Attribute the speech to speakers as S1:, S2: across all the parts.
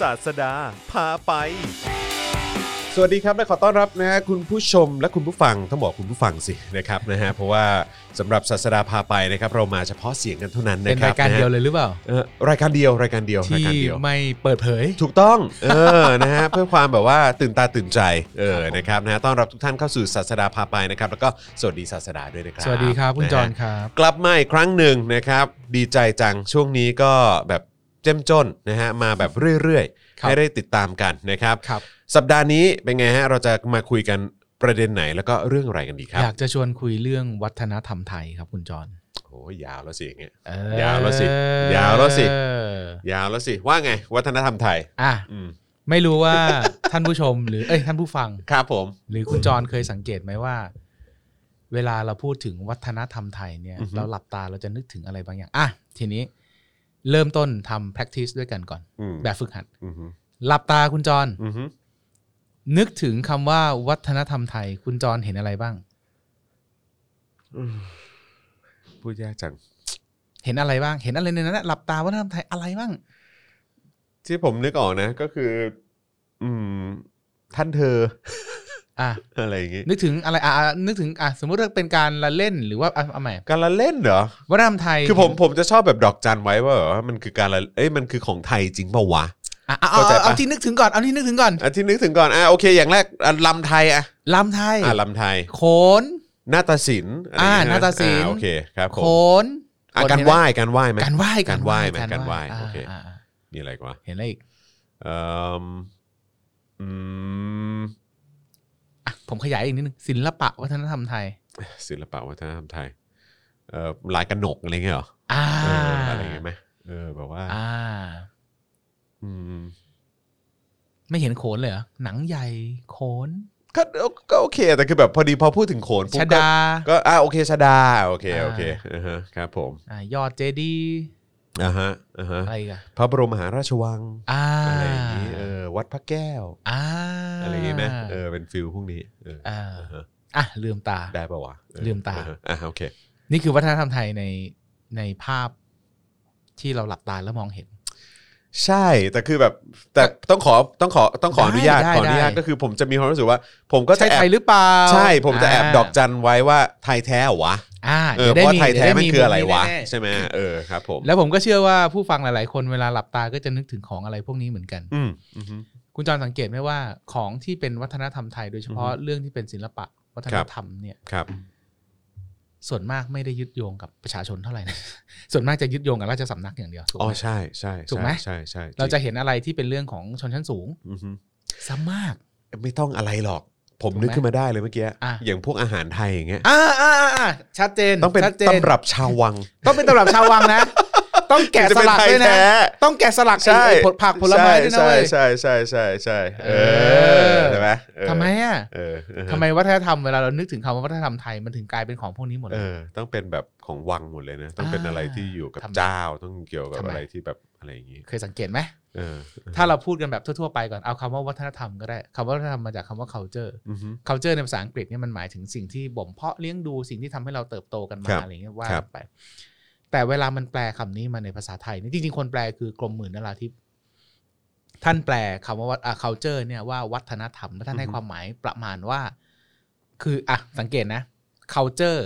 S1: ศาสดา พาไป
S2: สวัสดีครับ และขอต้อนรับนะฮะคุณผู้ชมและคุณผู้ฟังต้องบอกคุณผู้ฟังสินะครับนะฮะเพราะว่าสำหรับศาสดาพาไปนะครับ เรามาเฉพาะเสียงกันเท่านั้น
S3: เป็
S2: นะ
S3: น
S2: ครับ
S3: รายการเดียวเลยหรือเปล่า
S2: เอ่อรายการเดียวรายการเดียวราย
S3: ที่
S2: การเดียว
S3: ไม่เปิดเผย
S2: ถูกต้องเออ นะฮะเพื่อความแบบว่าตื่นตาตื่นใจเออนะครับนะฮะต้อนรับทุกท่านเข้าสู่ศาสดาพาไปนะครับแล้วก็สวัสดีศาสดาด้วยนะครับ
S3: สวัสดีครับ คุณ
S2: นะฮะ
S3: จรครับ
S2: กลับมาอีกครั้งหนึ่งนะครับ ดีใจจังช่วงนี้ก็แบบเจ้มจนนะฮะมาแบบเรื่อยๆ
S3: ครับ
S2: ให้ได้ติดตามกันนะครับ
S3: ครับ
S2: สัปดาห์นี้เป็นไงฮะเราจะมาคุยกันประเด็นไหนแล้วก็เรื่องอะไรกันดีครับ
S3: อยากจะชวนคุยเรื่องวัฒนธรรมไทยครับคุณจร
S2: โอ้ยยาวแล้วสิอย่างเงี้ย
S3: เอย
S2: าวแล้วสิยาวแล้วสิ ยาวแล้วสิว่าไง วัฒนธรรมไทย
S3: อ่ะ
S2: อืม
S3: ไม่รู้ว่า ท่านผู้ชมหรือเอ้ยท่านผู้ฟัง
S2: ครับผม
S3: หรือคุณจรเคยสังเกตไหมว่า เวลาเราพูดถึงวัฒนธรรมไทยเนี่ย
S2: อือฮึ
S3: เราหลับตาเราจะนึกถึงอะไรบางอย่าง อ่ะ ทีนี้เริ่มต้นทำ practice ด้วยกันก่อน
S2: อืม
S3: แบบฝึกหัด
S2: อือหือ
S3: หลับตาคุณจร
S2: อือหือ
S3: นึกถึงคำว่าวัฒนธรรมไทย คุณจรเห็นอะไรบ้าง
S2: พูดยากจัง
S3: เห็นอะไรบ้าง เห็นอะไรในนั้นนะหลับตาวัฒนธรรมไทยอะไรบ้าง
S2: ที่ผมนึกออกนะก็คือ อืม ท่านเธอ
S3: อ่ะ
S2: อะไรอย่างงี้
S3: นึกถึงอะไรอ่ะอ่ะนึกถึงอ่ะสมมติว่าเป็นการละเล่นหรือว่าอ่ะเอาใหม่
S2: การละเล่นเหรอ
S3: วัฒนธรรมไทย
S2: คือผมผมจะชอบแบบดอกจันไว้ว่าแบบว่ามันคือการละเอ้ยมันคือของไทยจริงเปล่าวะ
S3: อ่ะอ่ะเอา
S2: เข้าใจปะ
S3: เอาเอาที่นึกถึงก่อนเอาที่นึกถึงก่อน
S2: อ่ะที่นึกถึงก่อนอ่ะโอเค อย่างแรกอ่ะลำไทยอ่ะ
S3: ลำไทย
S2: อ่ะลำไทย
S3: โขน
S2: นาฏศิลป์ะไรย่งงี้
S3: อ่ะนาฏศิล
S2: อ่ะ
S3: ป์
S2: โอเคครับผ
S3: โข
S2: ม
S3: น
S2: อ่ะการไหว้การไหว้ไหม
S3: การไหว้
S2: การไหว้ไหม
S3: การไหว้
S2: การไหว้โอเค
S3: อ่ะอ่ะ
S2: มีอะไรอีกวะ
S3: เห็นอะไรอีก
S2: เอิ่มอืม
S3: อ่ะผมขยายอีกนิดนึงศิลปะวัฒนธรรมไทย
S2: ศิลปะวัฒนธรรมไทยเอ่อลายกระหนกอะไรเงี้ยเหรอ
S3: อ่า
S2: เอออะไรเงี้ยไหมเออแบบว่า
S3: อ่า
S2: อืม
S3: ไม่เห็นโขนเลยเหรอหนังใหญ่โขน
S2: ก็ก็โอเคแต่คือแบบพอดีพอพูดถึงโขนปุ๊บ
S3: ช
S2: ก็
S3: ดา
S2: ก็อ่าโอเคชดาโอเค
S3: อ่า
S2: โอเคอ่าฮะครับผม
S3: อ่ะยอดเจดีย์
S2: อ่าฮะอ่าฮะ
S3: อะไรอีกัน
S2: พระบรมมหาราชวัง
S3: อ่า
S2: อะไรอย่างนี้เออวัดพระแก้ว
S3: อ่า
S2: อะไรอย่างนี้ไหมเออเป็นฟิลพวกนี้เออ
S3: อ่า
S2: อ่าฮะ
S3: อ่ะลืมตา
S2: ได้ปะวะเออ
S3: ลืมตา
S2: อ่ฮะอ่าโอเค
S3: นี่คือวัฒนธรรมไทยในในภาพที่เราหลับตาแล้วมองเห็น
S2: ใช่แต่คือแบบแต่ต้องขอต้องขอต้องขออนุญาต
S3: ได้
S2: ขออนุญาต
S3: ได้
S2: ก็คือผมจะมีความรู้สึกว่า ผมก็จะ
S3: ใช่
S2: แอ
S3: ไท
S2: บ
S3: ยหรือเปล่า
S2: ใช่ผมจะแอบดอก
S3: จัน
S2: จันไว้ว่าไทยแท้เหรอวะ
S3: อ่า
S2: เออเพ
S3: ดี๋
S2: ราะ
S3: ว
S2: ว่า
S3: ด้
S2: ไทยแท้
S3: เดี๋วด้
S2: มันคืออะไรวะ
S3: แน่ๆ
S2: ใช่ไหมเออครับผม
S3: แล้วผมก็เชื่อว่าผู้ฟังหลาย ๆ คนเวลาหลับตาก็จะนึกถึงของอะไรพวกนี้เหมือนกัน
S2: อืมอือฮึ
S3: คุณจอนสังเกตไหมว่าของที่เป็นวัฒนธรรมไทย โดยเฉพาะเรื่องที่เป็นศิลปะวัฒน
S2: ครับ
S3: ธรรมเนี่ย
S2: ครับ
S3: ส่วนมากไม่ได้ยึดโยงกับประชาชนเท่าไหร่นะ ส่วนมากจะยึดโยงกับราชสำนักอย่างเดียวถูก
S2: อ๋อ
S3: ไหม
S2: ใช่ใช่
S3: ถูกไหม
S2: ใช่ใช่ใช่
S3: เราจะเห็นอะไรที่เป็นเรื่องของชนชั้นสูง
S2: อือฮึ
S3: ซะมาก
S2: ไม่ต้องอะไรหรอก ผม
S3: ถูกไหม
S2: นึกขึ้นมาได้เลยเมื่อกี้
S3: อ่ะ
S2: อย่างพวกอาหารไทยอย่างเงี้ย
S3: อ่าอ่าอ่าอ่าชัดเจน
S2: ต้องเป็น
S3: ชัดจ
S2: ตำรับชาววัง
S3: ต้องเป็นตำรับชาววังนะ ต้องแกะ
S2: ถึงจ
S3: ส
S2: เป็น
S3: ลัก
S2: ไท
S3: ด้วยนะ
S2: แท้
S3: ต้องแกะสลัก
S2: ใช่
S3: ไอ้ผลผักผลไม้ด้วยนะ
S2: ใช่
S3: เว้ย
S2: ใช่ใช่ใช่ใช่เอ
S3: เอ
S2: อ
S3: อ
S2: ใช่ไหมเออ
S3: ทำไมอ่ะ
S2: เออเออ
S3: ทำไมวัฒนธรรมเวลาเรานึกถึงคำว่าวัฒนธรรมไทยมันถึงกลายเป็นของพวกนี้หมดเล
S2: เอย อต้องเป็นแบบของวังหมดเลยนะต้องเป็นอะไรที่อยู่กับ
S3: ทำไม
S2: เจ้าต้องเกี่ยวกับ
S3: ทำไม
S2: อะไรที่แบบอะไรอย่างงี้
S3: เคยสังเกตไหม
S2: เออ
S3: ถ้าเราพูดกันแบบทั่วๆไปก่อนเอาคำว่าวัฒนธรรมก็ได้คำว่าวัฒนธรรมมาจากคำว่า culture
S2: อือฮึ
S3: culture ในภาษาอังกฤษเนี่ยมันหมายถึงสิ่งที่บ่มเพาะเลี้ยงดูสิ่งที่ทำให้เราเติบโตกันมา
S2: ครับ
S3: อะไรเงี้ยว่า
S2: ครับ
S3: ไป แต่เวลามันแปลคำนี้มาในภาษาไทยนี่จริงๆคนแปลคือกรมหมื่นนราธิปท่านแปลคำว่าวัฒอ่า culture เนี่ยว่าวัฒนธรรมและท่านให้ความหมายประมาณว่า คืออ่ะสังเกตนะ culture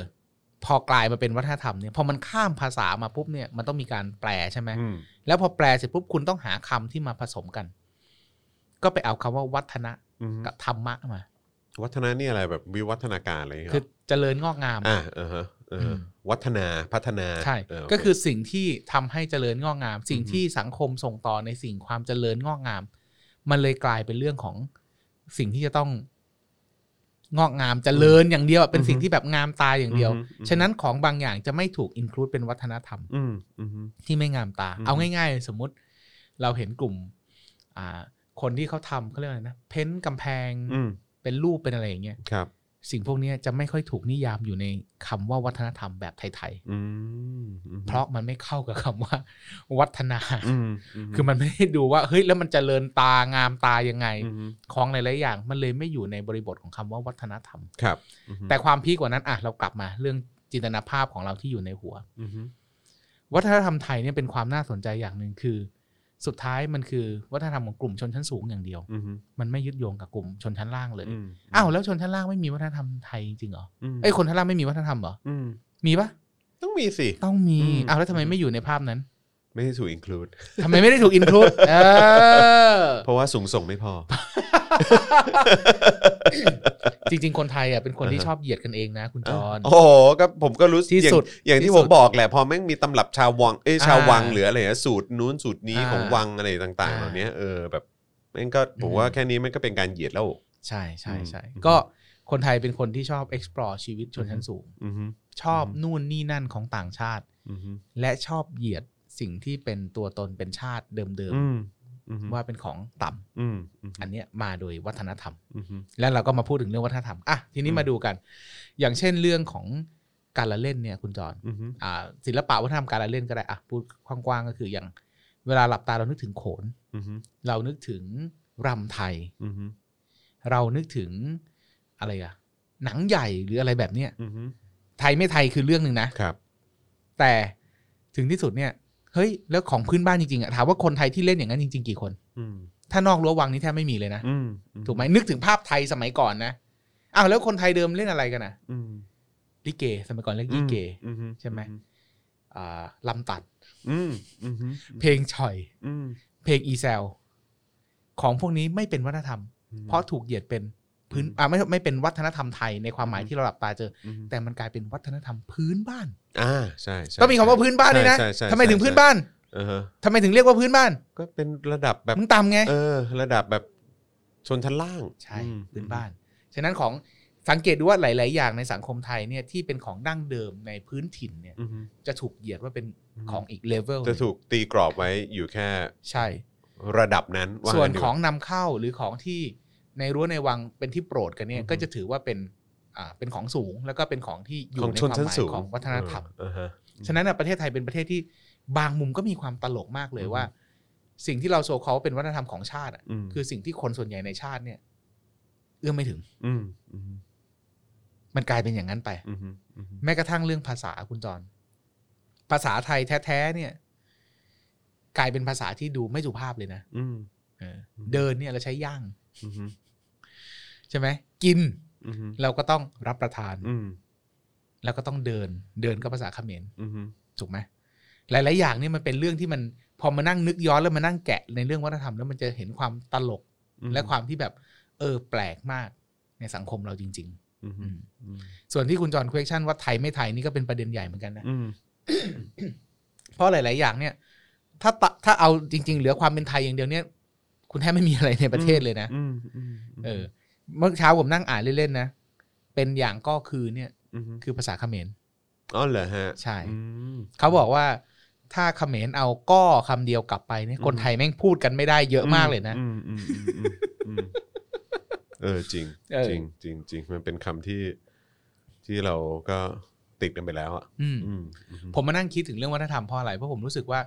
S3: พอกลายมาเป็นวัฒนธรรมเนี่ยพอมันข้ามภาษามาปุ๊บเนี่ยมันต้องมีการแปลใช่ไหม
S2: อืม
S3: แล้วพอแปลเสร็จปุ๊บคุณต้องหาคำที่มาผสมกัน ก็ไปเอาคำว่าวัฒนะ
S2: อือฮึ
S3: กับธรรมะมา
S2: วัฒนานี่อะไรแบบวิวัฒนาการอะไรอย่างเงี้ย
S3: คือเจริญงอกงาม
S2: อ่าอ่าฮะเอออ
S3: ม
S2: วัฒนาพัฒนา
S3: ใช่
S2: เโเ
S3: ก็คือสิ่งที่ทำให้เจริญงอกงาม สิ่ง
S2: อือฮึ
S3: ที่สังคมส่งต่อในสิ่งความเจริญงอกงาม มันเลยกลายเป็นเรื่องของสิ่งที่จะต้องงอกงามเจริญอย่างเดียวอะเป็นสิ่งที่แบบงามตาอย่างเดียว
S2: อือฮึอือฮึ
S3: ฉะนั้นของบางอย่างจะไม่ถูกอินคลูดเป็นวัฒนธรรม
S2: อืมอืม
S3: ที่ไม่งามตา
S2: อืม
S3: เอาง่ายๆ สมมุติเราเห็นกลุ่ม อ่า คนที่เขาทำเขาเรียกอะไรนะ เพ้นท์กำแพง
S2: อืม
S3: เป็นรูปเป็นอะไรอย่างเงี้ย
S2: ครับ
S3: สิ่งพวกเนี้ยจะไม่ค่อยถูกนิยามอยู่ในคำว่าวัฒนธรรมแบบไทย
S2: อืมอืม
S3: ๆ เพราะมันไม่เข้ากับคำว่า วัฒนา
S2: อืม
S3: คือมันไม่ได้ดูว่า เฮ้ย แล้วมันเจริญตางามตายังไง
S2: อืม
S3: ของหลายๆอย่าง มันเลยไม่อยู่ในบริบทของคำว่าวัฒนธรรม
S2: ครับ
S3: แต่ความพีกกว่านั้นอ่ะเรากลับมาเรื่องจินตนาภาพของเราที่อยู่ในหัว
S2: อืม
S3: วัฒนธรรมไทยเนี่ยเป็นความน่าสนใจอย่างหนึ่งคือ สุดท้ายมันคือวัฒนธรรมของกลุ่มชนชั้นสูงอย่างเดียว
S2: อืม
S3: มันไม่ยึดโยงกับกลุ่มชนชั้นล่างเลย
S2: อืม
S3: อ้าวแล้วชนชั้นล่างไม่มีวัฒนธรรมไทยจริงเหรอ
S2: ม
S3: เอ้ยคนชั้นล่างไม่มีวัฒนธรรมเหรอ
S2: อืม
S3: มีปะ
S2: ต้องมีสิ
S3: ต้องมี
S2: อืม
S3: อ้าวแล้วทำไม
S2: อืม
S3: ไม่อยู่ในภาพนั้น
S2: ไม่ได้ถูก include
S3: ทำไมไม่ได้ถูกอินคลูดเออ
S2: เพราะว่าสูงส่งไม่พอ
S3: จริง ๆ คนไทยอ่ะเป็นคนที่
S2: อ่าฮะ
S3: ชอบเหยียดกันเองนะ คุณจอน
S2: โอ้โหก็ผมก็รู้
S3: ที่สุด
S2: อย่างอย่างที่
S3: ที่
S2: ผ
S3: สุ
S2: ม
S3: ด
S2: บอกแหละ พอแม่งมีตำรับชาววังเอ้ย
S3: อ่า
S2: ชาววังหรืออะไรนะสูตรนู้นสูตรนี้
S3: อ่า
S2: ของวังอะไรต่างๆ
S3: อ่า
S2: เหล่านี้เออแบบแม่งก็ผม
S3: อืม
S2: ว่าแค่นี้มันก็เป็นการเหยียดแล้ว
S3: ใช่ใช่ใช่
S2: อืม
S3: ก็คนไทยเป็นคนที่ชอบ explore ชีวิตชนชั้นสูง
S2: อือฮึ
S3: ชอบ
S2: อืม
S3: นู่นนี่นั่นของต่างชาติ
S2: อือฮึ
S3: และชอบเหยียดสิ่งที่เป็นตัวตนเป็นชาติเดิม
S2: อืมอือฮึ
S3: ๆ ว่าเป็นของต่ำ
S2: อืมอืม
S3: อันเนี้ยมาโดยวัฒนธรรม
S2: อือฮึ
S3: แล้วเราก็มาพูดถึงเรื่องวัฒนธรรมอ่ะทีนี้
S2: อืม
S3: มาดูกัน อย่างเช่นเรื่องของการละเล่นเนี่ยคุณจอน
S2: อือฮึ
S3: อ่าศิลปะวัฒนธรรมการละเล่นก็ได้อ่ะพูดกว้างๆก็คืออย่างเวลาหลับตาเรานึกถึงโขน
S2: อือฮึ
S3: เรานึกถึงรำไทย
S2: อือฮึ
S3: เรานึกถึงอะไรอะหนังใหญ่หรืออะไรแบบเนี้ย
S2: อือฮึ
S3: ไทยไม่ไทยคือเรื่องหนึ่งนะ
S2: ครับ
S3: แต่ถึงที่สุดเนี่ยเฮ้ยแล้วของพื้นบ้านจริงๆอะถามว่าคนไทยที่เล่นอย่างนั้นจริง ๆ กี่คน
S2: อืม
S3: ถ้านอกรั้ววังนี่แทบไม่มีเลยนะ
S2: อืม
S3: ถูกไหมนึกถึงภาพไทยสมัยก่อนนะอ้าวแล้วคนไทยเดิมเล่นอะไรกันนะ
S2: อืม
S3: ลิเก สมัยก่อนเล่นลิเก
S2: อือฮึ
S3: ใช่ไหม อ่าลำตัด
S2: อืมอือฮึ
S3: เพลงฉ่อย
S2: อืม
S3: เพลงอีแซลของพวกนี้ไม่เป็นวัฒนธรรม
S2: อืม
S3: เพราะถูกเหยียดเป็นพื้น
S2: อืม
S3: อ่าไม่ไม่เป็นวัฒนธรรมไทยในความหมาย
S2: อืม
S3: ที่เราหลับตาเจอ
S2: อือฮึ
S3: แต่มันกลายเป็นวัฒนธรรมพื้นบ้าน
S2: อ่าใช่ใช่
S3: ต้องมีคำว่าพื้นบ้านด้วยนะ
S2: ใช่ใช่ใช่
S3: ทำไมถึง
S2: ใช่
S3: พื้นบ้าน
S2: เออฮะ
S3: ทำไมถึงเรียกว่าพื้นบ้าน
S2: ก็เป็นระดับแบบ
S3: มึงต่ำไง
S2: เออ ระดับแบบชนชั้นล่าง
S3: ใช่
S2: อืม
S3: พื้นบ้าน ฉะนั้นของสังเกตดูว่าหลาย ๆ อย่างในสังคมไทยเนี่ยที่เป็นของดั้งเดิมในพื้นถิ่นเนี่ย
S2: อือฮึ
S3: จะถูกเหยียดว่าเป็นของอีกเลเวล
S2: จะถูกตีกรอบไว้อยู่แค่
S3: ใช่
S2: ระดับนั้นว่า
S3: ส่วน
S2: ดีกา
S3: ของนำเข้าหรือของที่ในรั้วในวังเป็นที่โปรดกันเนี่ย
S2: อือฮึ
S3: ก็จะถือว่าเป็นอ่าเป็นของสูงแล้วก็เป็นของที่อยู่
S2: ของ
S3: ใน
S2: ช
S3: ควาน ม
S2: ชั้น
S3: หมาย
S2: สูง
S3: ของวัฒนธรรม
S2: เออฮะ
S3: ฉะนั้นน่ะประเทศไทยเป็นประเทศที่บางมุมก็มีความตลกมากเลย
S2: อืม
S3: ว่า สิ่งที่เราโซเขาเป็นวัฒนธรรมของชาติอะ
S2: ม
S3: คือสิ่งที่คนส่วนใหญ่ในชาติเนี่ย เอื้อมไม่ถึง
S2: มอืม
S3: มันกลายเป็นอย่างนั้นไป
S2: อืมอืม
S3: แม้กระทั่งเรื่องภาษาคุณจร ภาษาไทยแท้ๆเนี่ย กลายเป็นภาษาที่ดูไม่สุภาพเลยนะ
S2: อืม
S3: เอออ
S2: ม
S3: เดินเนี่ยเราใช้ย่าง
S2: อืม
S3: ใช่ไหมกิน
S2: อืม
S3: เราก็ต้องรับประทาน
S2: อืม
S3: แล้วก็ต้องเดิน เดินก็ภาษาเขมร
S2: อืม
S3: ถูกไหมหลาย ๆ อย่างเนี่ยมันเป็นเรื่องที่มันพอมานั่งนึกย้อนแล้วมานั่งแกะในเรื่องวัฒนธรรมแล้วมันจะเห็นความตลก
S2: อืม
S3: และความที่แบบ เออ แปลกมากในสังคมเราจริง
S2: อืม
S3: ๆ อืม
S2: อืม
S3: ส่วนที่คุณจอห์นเควกชันว่าไทยไม่ไทยนี่ก็เป็นประเด็นใหญ่เหมือนกันนะ
S2: อืม
S3: เพราะหลาย ๆ อย่างเนี่ย ถ้าตะถ้าเอาจริง ๆ เหลือความเป็นไทยอย่างเดียวเนี่ย คุณแทบไม่มีอะไรในประเทศเลยนะ
S2: อืมอืม
S3: เออ เมื่อเช้าผมนั่งอ่านเล่น ๆ นะเป็นอย่างก็คือเนี่ย
S2: มม
S3: คือภาษาเขมร
S2: อ๋อเหรอฮะ
S3: ใช่
S2: อืม
S3: เขาบอกว่าถ้าเขมรเอาก็คำเดียวกลับไปเนี่ย
S2: อืม
S3: คนไทยแม่งพูดกันไม่ได้เยอะมากเลยนะ
S2: อืมอืมอืมอืมอืมเออจริง
S3: เออ
S2: จริงจริงจริงมันเป็นคำที่ที่เราก็ติดกันไปแล้วอ่ะ
S3: อืม
S2: อืมอืม
S3: ผมมานั่งคิดถึงเรื่องวัฒนธรรมเพราะอะไรเพราะผมรู้สึกว่า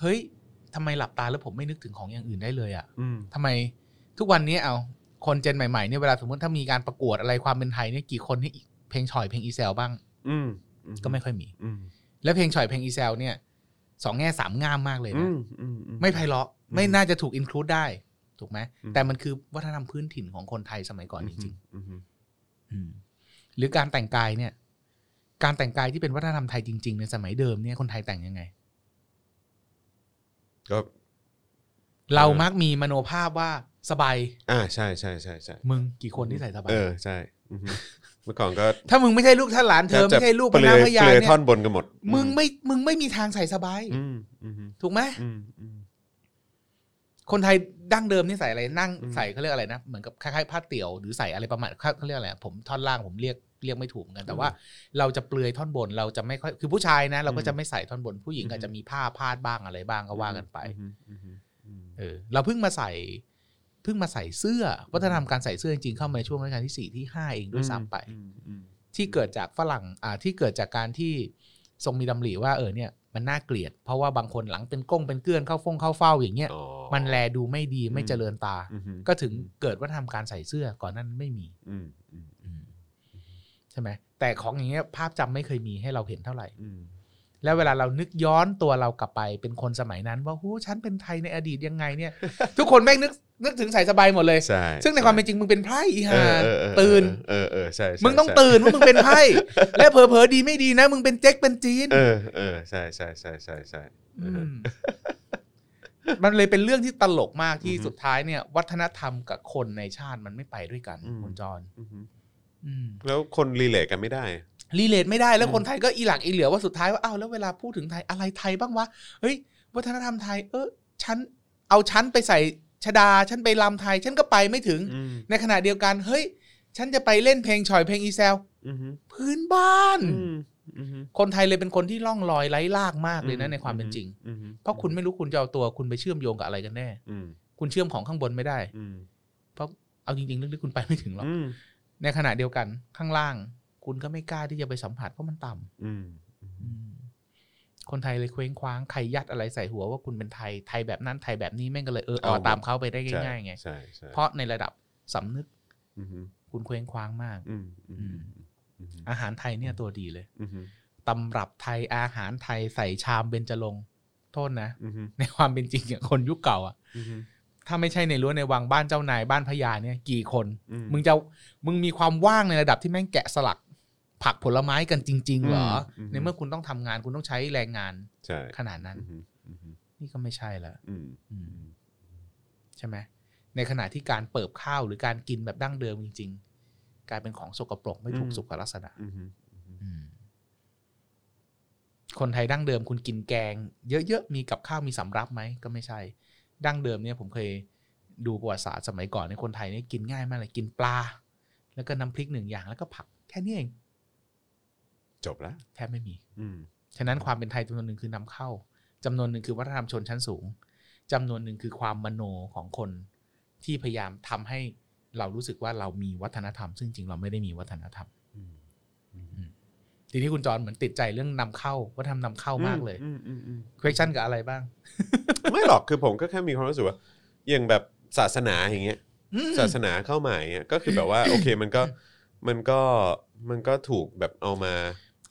S3: เฮ้ยทำไมหลับตาแล้วผมไม่นึกถึงของอย่างอื่นได้เลยอะ่ะ
S2: อืม
S3: ทำไมทุกวันนี้เอาคนเจนใหม่ๆเนี่ยเวลาสมมติถ้ามีการประกวดอะไรความเป็นไทยเนี่ยกี่คนที่เพลงฉ่อยเพลงอีแซลบ้าง
S2: อืม
S3: ก็ไม่ค่อยมี
S2: อืม
S3: แล้วเพลงฉ่อยเพลงอีแซลเนี่ยสองแง่สามง่ามมากเลย
S2: อื
S3: นะ
S2: มอือื
S3: ไม่ไพเราะไม่น่าจะถูกอินคลูดได้ถูกไหม
S2: อืม
S3: แต่มันคือวัฒนธรรมพื้นถิ่นของคนไทยสมัยก่อนจริง
S2: อืมอืม
S3: ๆ อืมหรือการแต่งกายเนี่ย การแต่งกายที่เป็นวัฒนธรรมไทยจริง ๆ ในสมัยเดิมเนี่ยคนไทยแต่งยังไง
S2: ก็
S3: เรา
S2: เออ
S3: มักมีมโนภาพว่าสบาย
S2: อ่าใช่ใช่ใช่ใช่
S3: มึงกี่คนที่ใส่สบาย
S2: เออใช่อือฮึเมื่ อก่อนก็
S3: ถ้ามึงไม่ใช่ลูกท่านหลานเธอ
S2: แทบจะ
S3: ไม่ใช่ลูก
S2: เป
S3: พระ
S2: ลื
S3: นา
S2: องย
S3: พญา
S2: เปลือย
S3: เนี่ย
S2: ท่อนบนกันหมด
S3: มึงไม่มึงไม่มีทางใส่สบาย
S2: อืมอืมอืม
S3: ถูกไหม
S2: อืมอืม
S3: คนไทยดั้งเดิมนี่ใส่อะไรนั่ง
S2: อืม
S3: ใส่เขาเรียกอะไรนะเหมือนกับคล้ายๆผ้าเตี่ยวหรือใส่อะไรประมาณเขาเรียกอะไรผมท่อนล่างผมเรียกเรียกไม่ถูกเหมือนกันแต่ว่า เราจะเปลือยท่อนบนเราจะไม่ค่อยคือผู้ชายนะ เราก็จะไม่ใส่ท่อนบนผู้หญิงอาจจะมีผ้าพาดบ้างอะไรบ้างก็ว่ากันไป
S2: อืมอืมอืมอืม
S3: เออเราเพิ่งมาใส่เพิ่งมาใส่เสื้อวัฒนธรรมการใส่เสื้อจริงๆเข้ามาในช่วงรัชกาลที่สี่ที่ห้าเองด้วยซ้ำไป
S2: อืมอืม
S3: ที่เกิดจากฝรั่งอ่าที่เกิดจากการที่ทรงมีดำริว่าเออเนี่ยมันน่าเกลียด เพราะว่าบางคนหลังเป็นก้งเป็นเกลื่อนเข้าฟงเข้าเฝ้าอย่างเงี้ย
S2: อ๋อ
S3: มันแลดูไม่ดีไม่เจริญตา
S2: อือฮึ
S3: ก็ถึงเกิดวัฒนธรรมการใส่เสื้อก่อนนั้นไม่มี
S2: อืมอืม
S3: ใช่ไหมแต่ของอย่างเงี้ยภาพจำไม่เคยมีให้เราเห็นเท่าไหร่
S2: อืม
S3: แล้วเวลาเรานึกย้อนตัวเรากลับไปเป็นคนสมัยนั้น ว่าโหฉันเป็นไทยในอดีตยังไงเนี่ย ทุกคนแม่งนึกนึกถึงสายสบายหมดเลย
S2: ใช่
S3: ซึ่งในความเป็นจริงมึงเป็นไพร่อี
S2: เอ
S3: หา
S2: อเออเออ
S3: ตื่น
S2: เออเออใช่ใช่
S3: มึงต้อง
S2: ใช่
S3: ตื่นว่ามึงเป็นไพ ร่และเผลอๆดีไม่ดีนะ มึงเป็นเจ๊กเป็นจีน
S2: เออเออใช่ใช่ใช่ใช่ใช่
S3: มมันเลยเป็นเรื่องที่ตลกมากที่
S2: อือฮึ
S3: สุดท้ายเนี่ย วัฒนธรรมกับคนในชาติมันไม่ไปด้วยกัน
S2: อืม
S3: คุณจร
S2: อือฮึ
S3: อืม
S2: แล้วคนรีเลทกันไม่ได้
S3: รีเลทไม่ได้แล้ว
S2: อืม
S3: คนไทยก็อีหลักอีเหลือว่าสุดท้ายว่าอ้าวแล้วเวลาพูดถึงไทยอะไรไทยบ้างวะเฮ้ยวัฒนธรรมไทย เออฉันเอาฉันไปใส่ชดาฉันไปลำไทย ฉันก็ไปไม่ถึง
S2: อืม
S3: ในขณะเดียวกัน เฮ้ย ฉันจะไปเล่นเพลงฉ่อยเพลงอีแซล
S2: อือฮึ
S3: พื้นบ้าน
S2: อืมอือฮึ
S3: คนไทยเลยเป็นคนที่ล่องลอยไร้ลากมากเลยนะในความเป็นจริง
S2: อือฮึ
S3: เพราะคุณไม่รู้คุณจะเอาตัวคุณไปเชื่อมโยงกับอะไรกันแน่
S2: อืม
S3: คุณเชื่อมของข้างบนไม่ได้
S2: อืม
S3: เพราะเอาจริงๆลึกๆคุณไปไม่ถึงหรอก
S2: อืม
S3: ในขณะเดียวกันข้างล่าง คุณก็ไม่กล้าที่จะไปสัมผัสเพราะมันต่ำ
S2: อืม
S3: อืมคนไทยเลยเคว้งคว้างใครยัดอะไรใส่หัวว่าคุณเป็นไทยไทยแบบนั้นไทยแบบนี้แม่งก็เลยเออเอาตามเขาไปได้
S2: ใช่
S3: ง่ายๆไง
S2: ใช่ใช่
S3: เพราะในระดับสำนึก
S2: อือฮึ
S3: คุณเคว้งคว้างมาก
S2: อืมอืมอืม
S3: อาหารไทยเนี่ยตัวดีเลย
S2: อือฮึ
S3: ตำรับไทยอาหารไทยใส่ชามเบญจรงค์โทษนะ
S2: อือฮึ
S3: ในความเป็นจริงอย่างคนยุคเก่าอะ
S2: อือฮึ
S3: ถ้าไม่ใช่ในรั้วในวังบ้านเจ้านายบ้านพญาเนี่ยกี่คน
S2: อื
S3: มึงจะมึงมีความว่างในระดับที่แม่งแกะสลัก ผักผลไม้กันจริง ๆ เหรออ
S2: ม
S3: ในเมื่อคุณต้องทำงานคุณต้องใช้แรงงาน
S2: ใช่
S3: ขนาดนั้น
S2: อือฮึอือฮึ
S3: นี่ก็ไม่ใช่ละ
S2: อืม
S3: อื
S2: อื
S3: ม
S2: ม
S3: ใช่ไหมในขณะที่การเปิบข้าวหรือการกินแบบดั้งเดิมจริง ๆ กลายเป็นของสกปรกไม่ถูก
S2: อืม
S3: สุขลักษณะ
S2: อือฮึ
S3: คนไทยดั้งเดิมคุณกินแกง เยอะๆมีกับข้าวมีสำรับไหมก็ไม่ใช่ ดั้งเดิมเนี่ยผมเคยดูประวัติศาสตร์สมัยก่อนในยคนไทยเนี่ยกินง่ายมากเลยกินปลา แล้วก็น้ำพริกหนึ่งอย่างแล้วก็ผักแค่นี้เอง
S2: จบละ
S3: แทบไม่มี
S2: อืม
S3: ฉะนั้นความเป็นไทยจำนวนหนึ่งคือนำเข้าจำนวนหนึ่งคือวัฒนธรรมชนชั้นสูงจำนวนหนึ่งคือความมโนของคนที่พยายามทำให้เรารู้สึกว่าเรามีวัฒนธรรม ซึ่งจริงเราไม่ได้มีวัฒนธรรม
S2: อืม
S3: ทีนี้คุณจรเหมือนติดใจเรื่องนำเข้าวัฒนธรรมนำเข้ามากเลย
S2: อืมอืมอืม
S3: question กับอะไรบ้าง
S2: ไม่หรอกคือผมก็แค่มีความรู้สึกว่าอย่างแบบศาสนาอย่างเงี้ย
S3: อืม
S2: ศาสนาเข้ามาอย่างเงี้ยก็คือแบบว่า โอเคมันก็มันก็มันก็ถูกแบบเอามา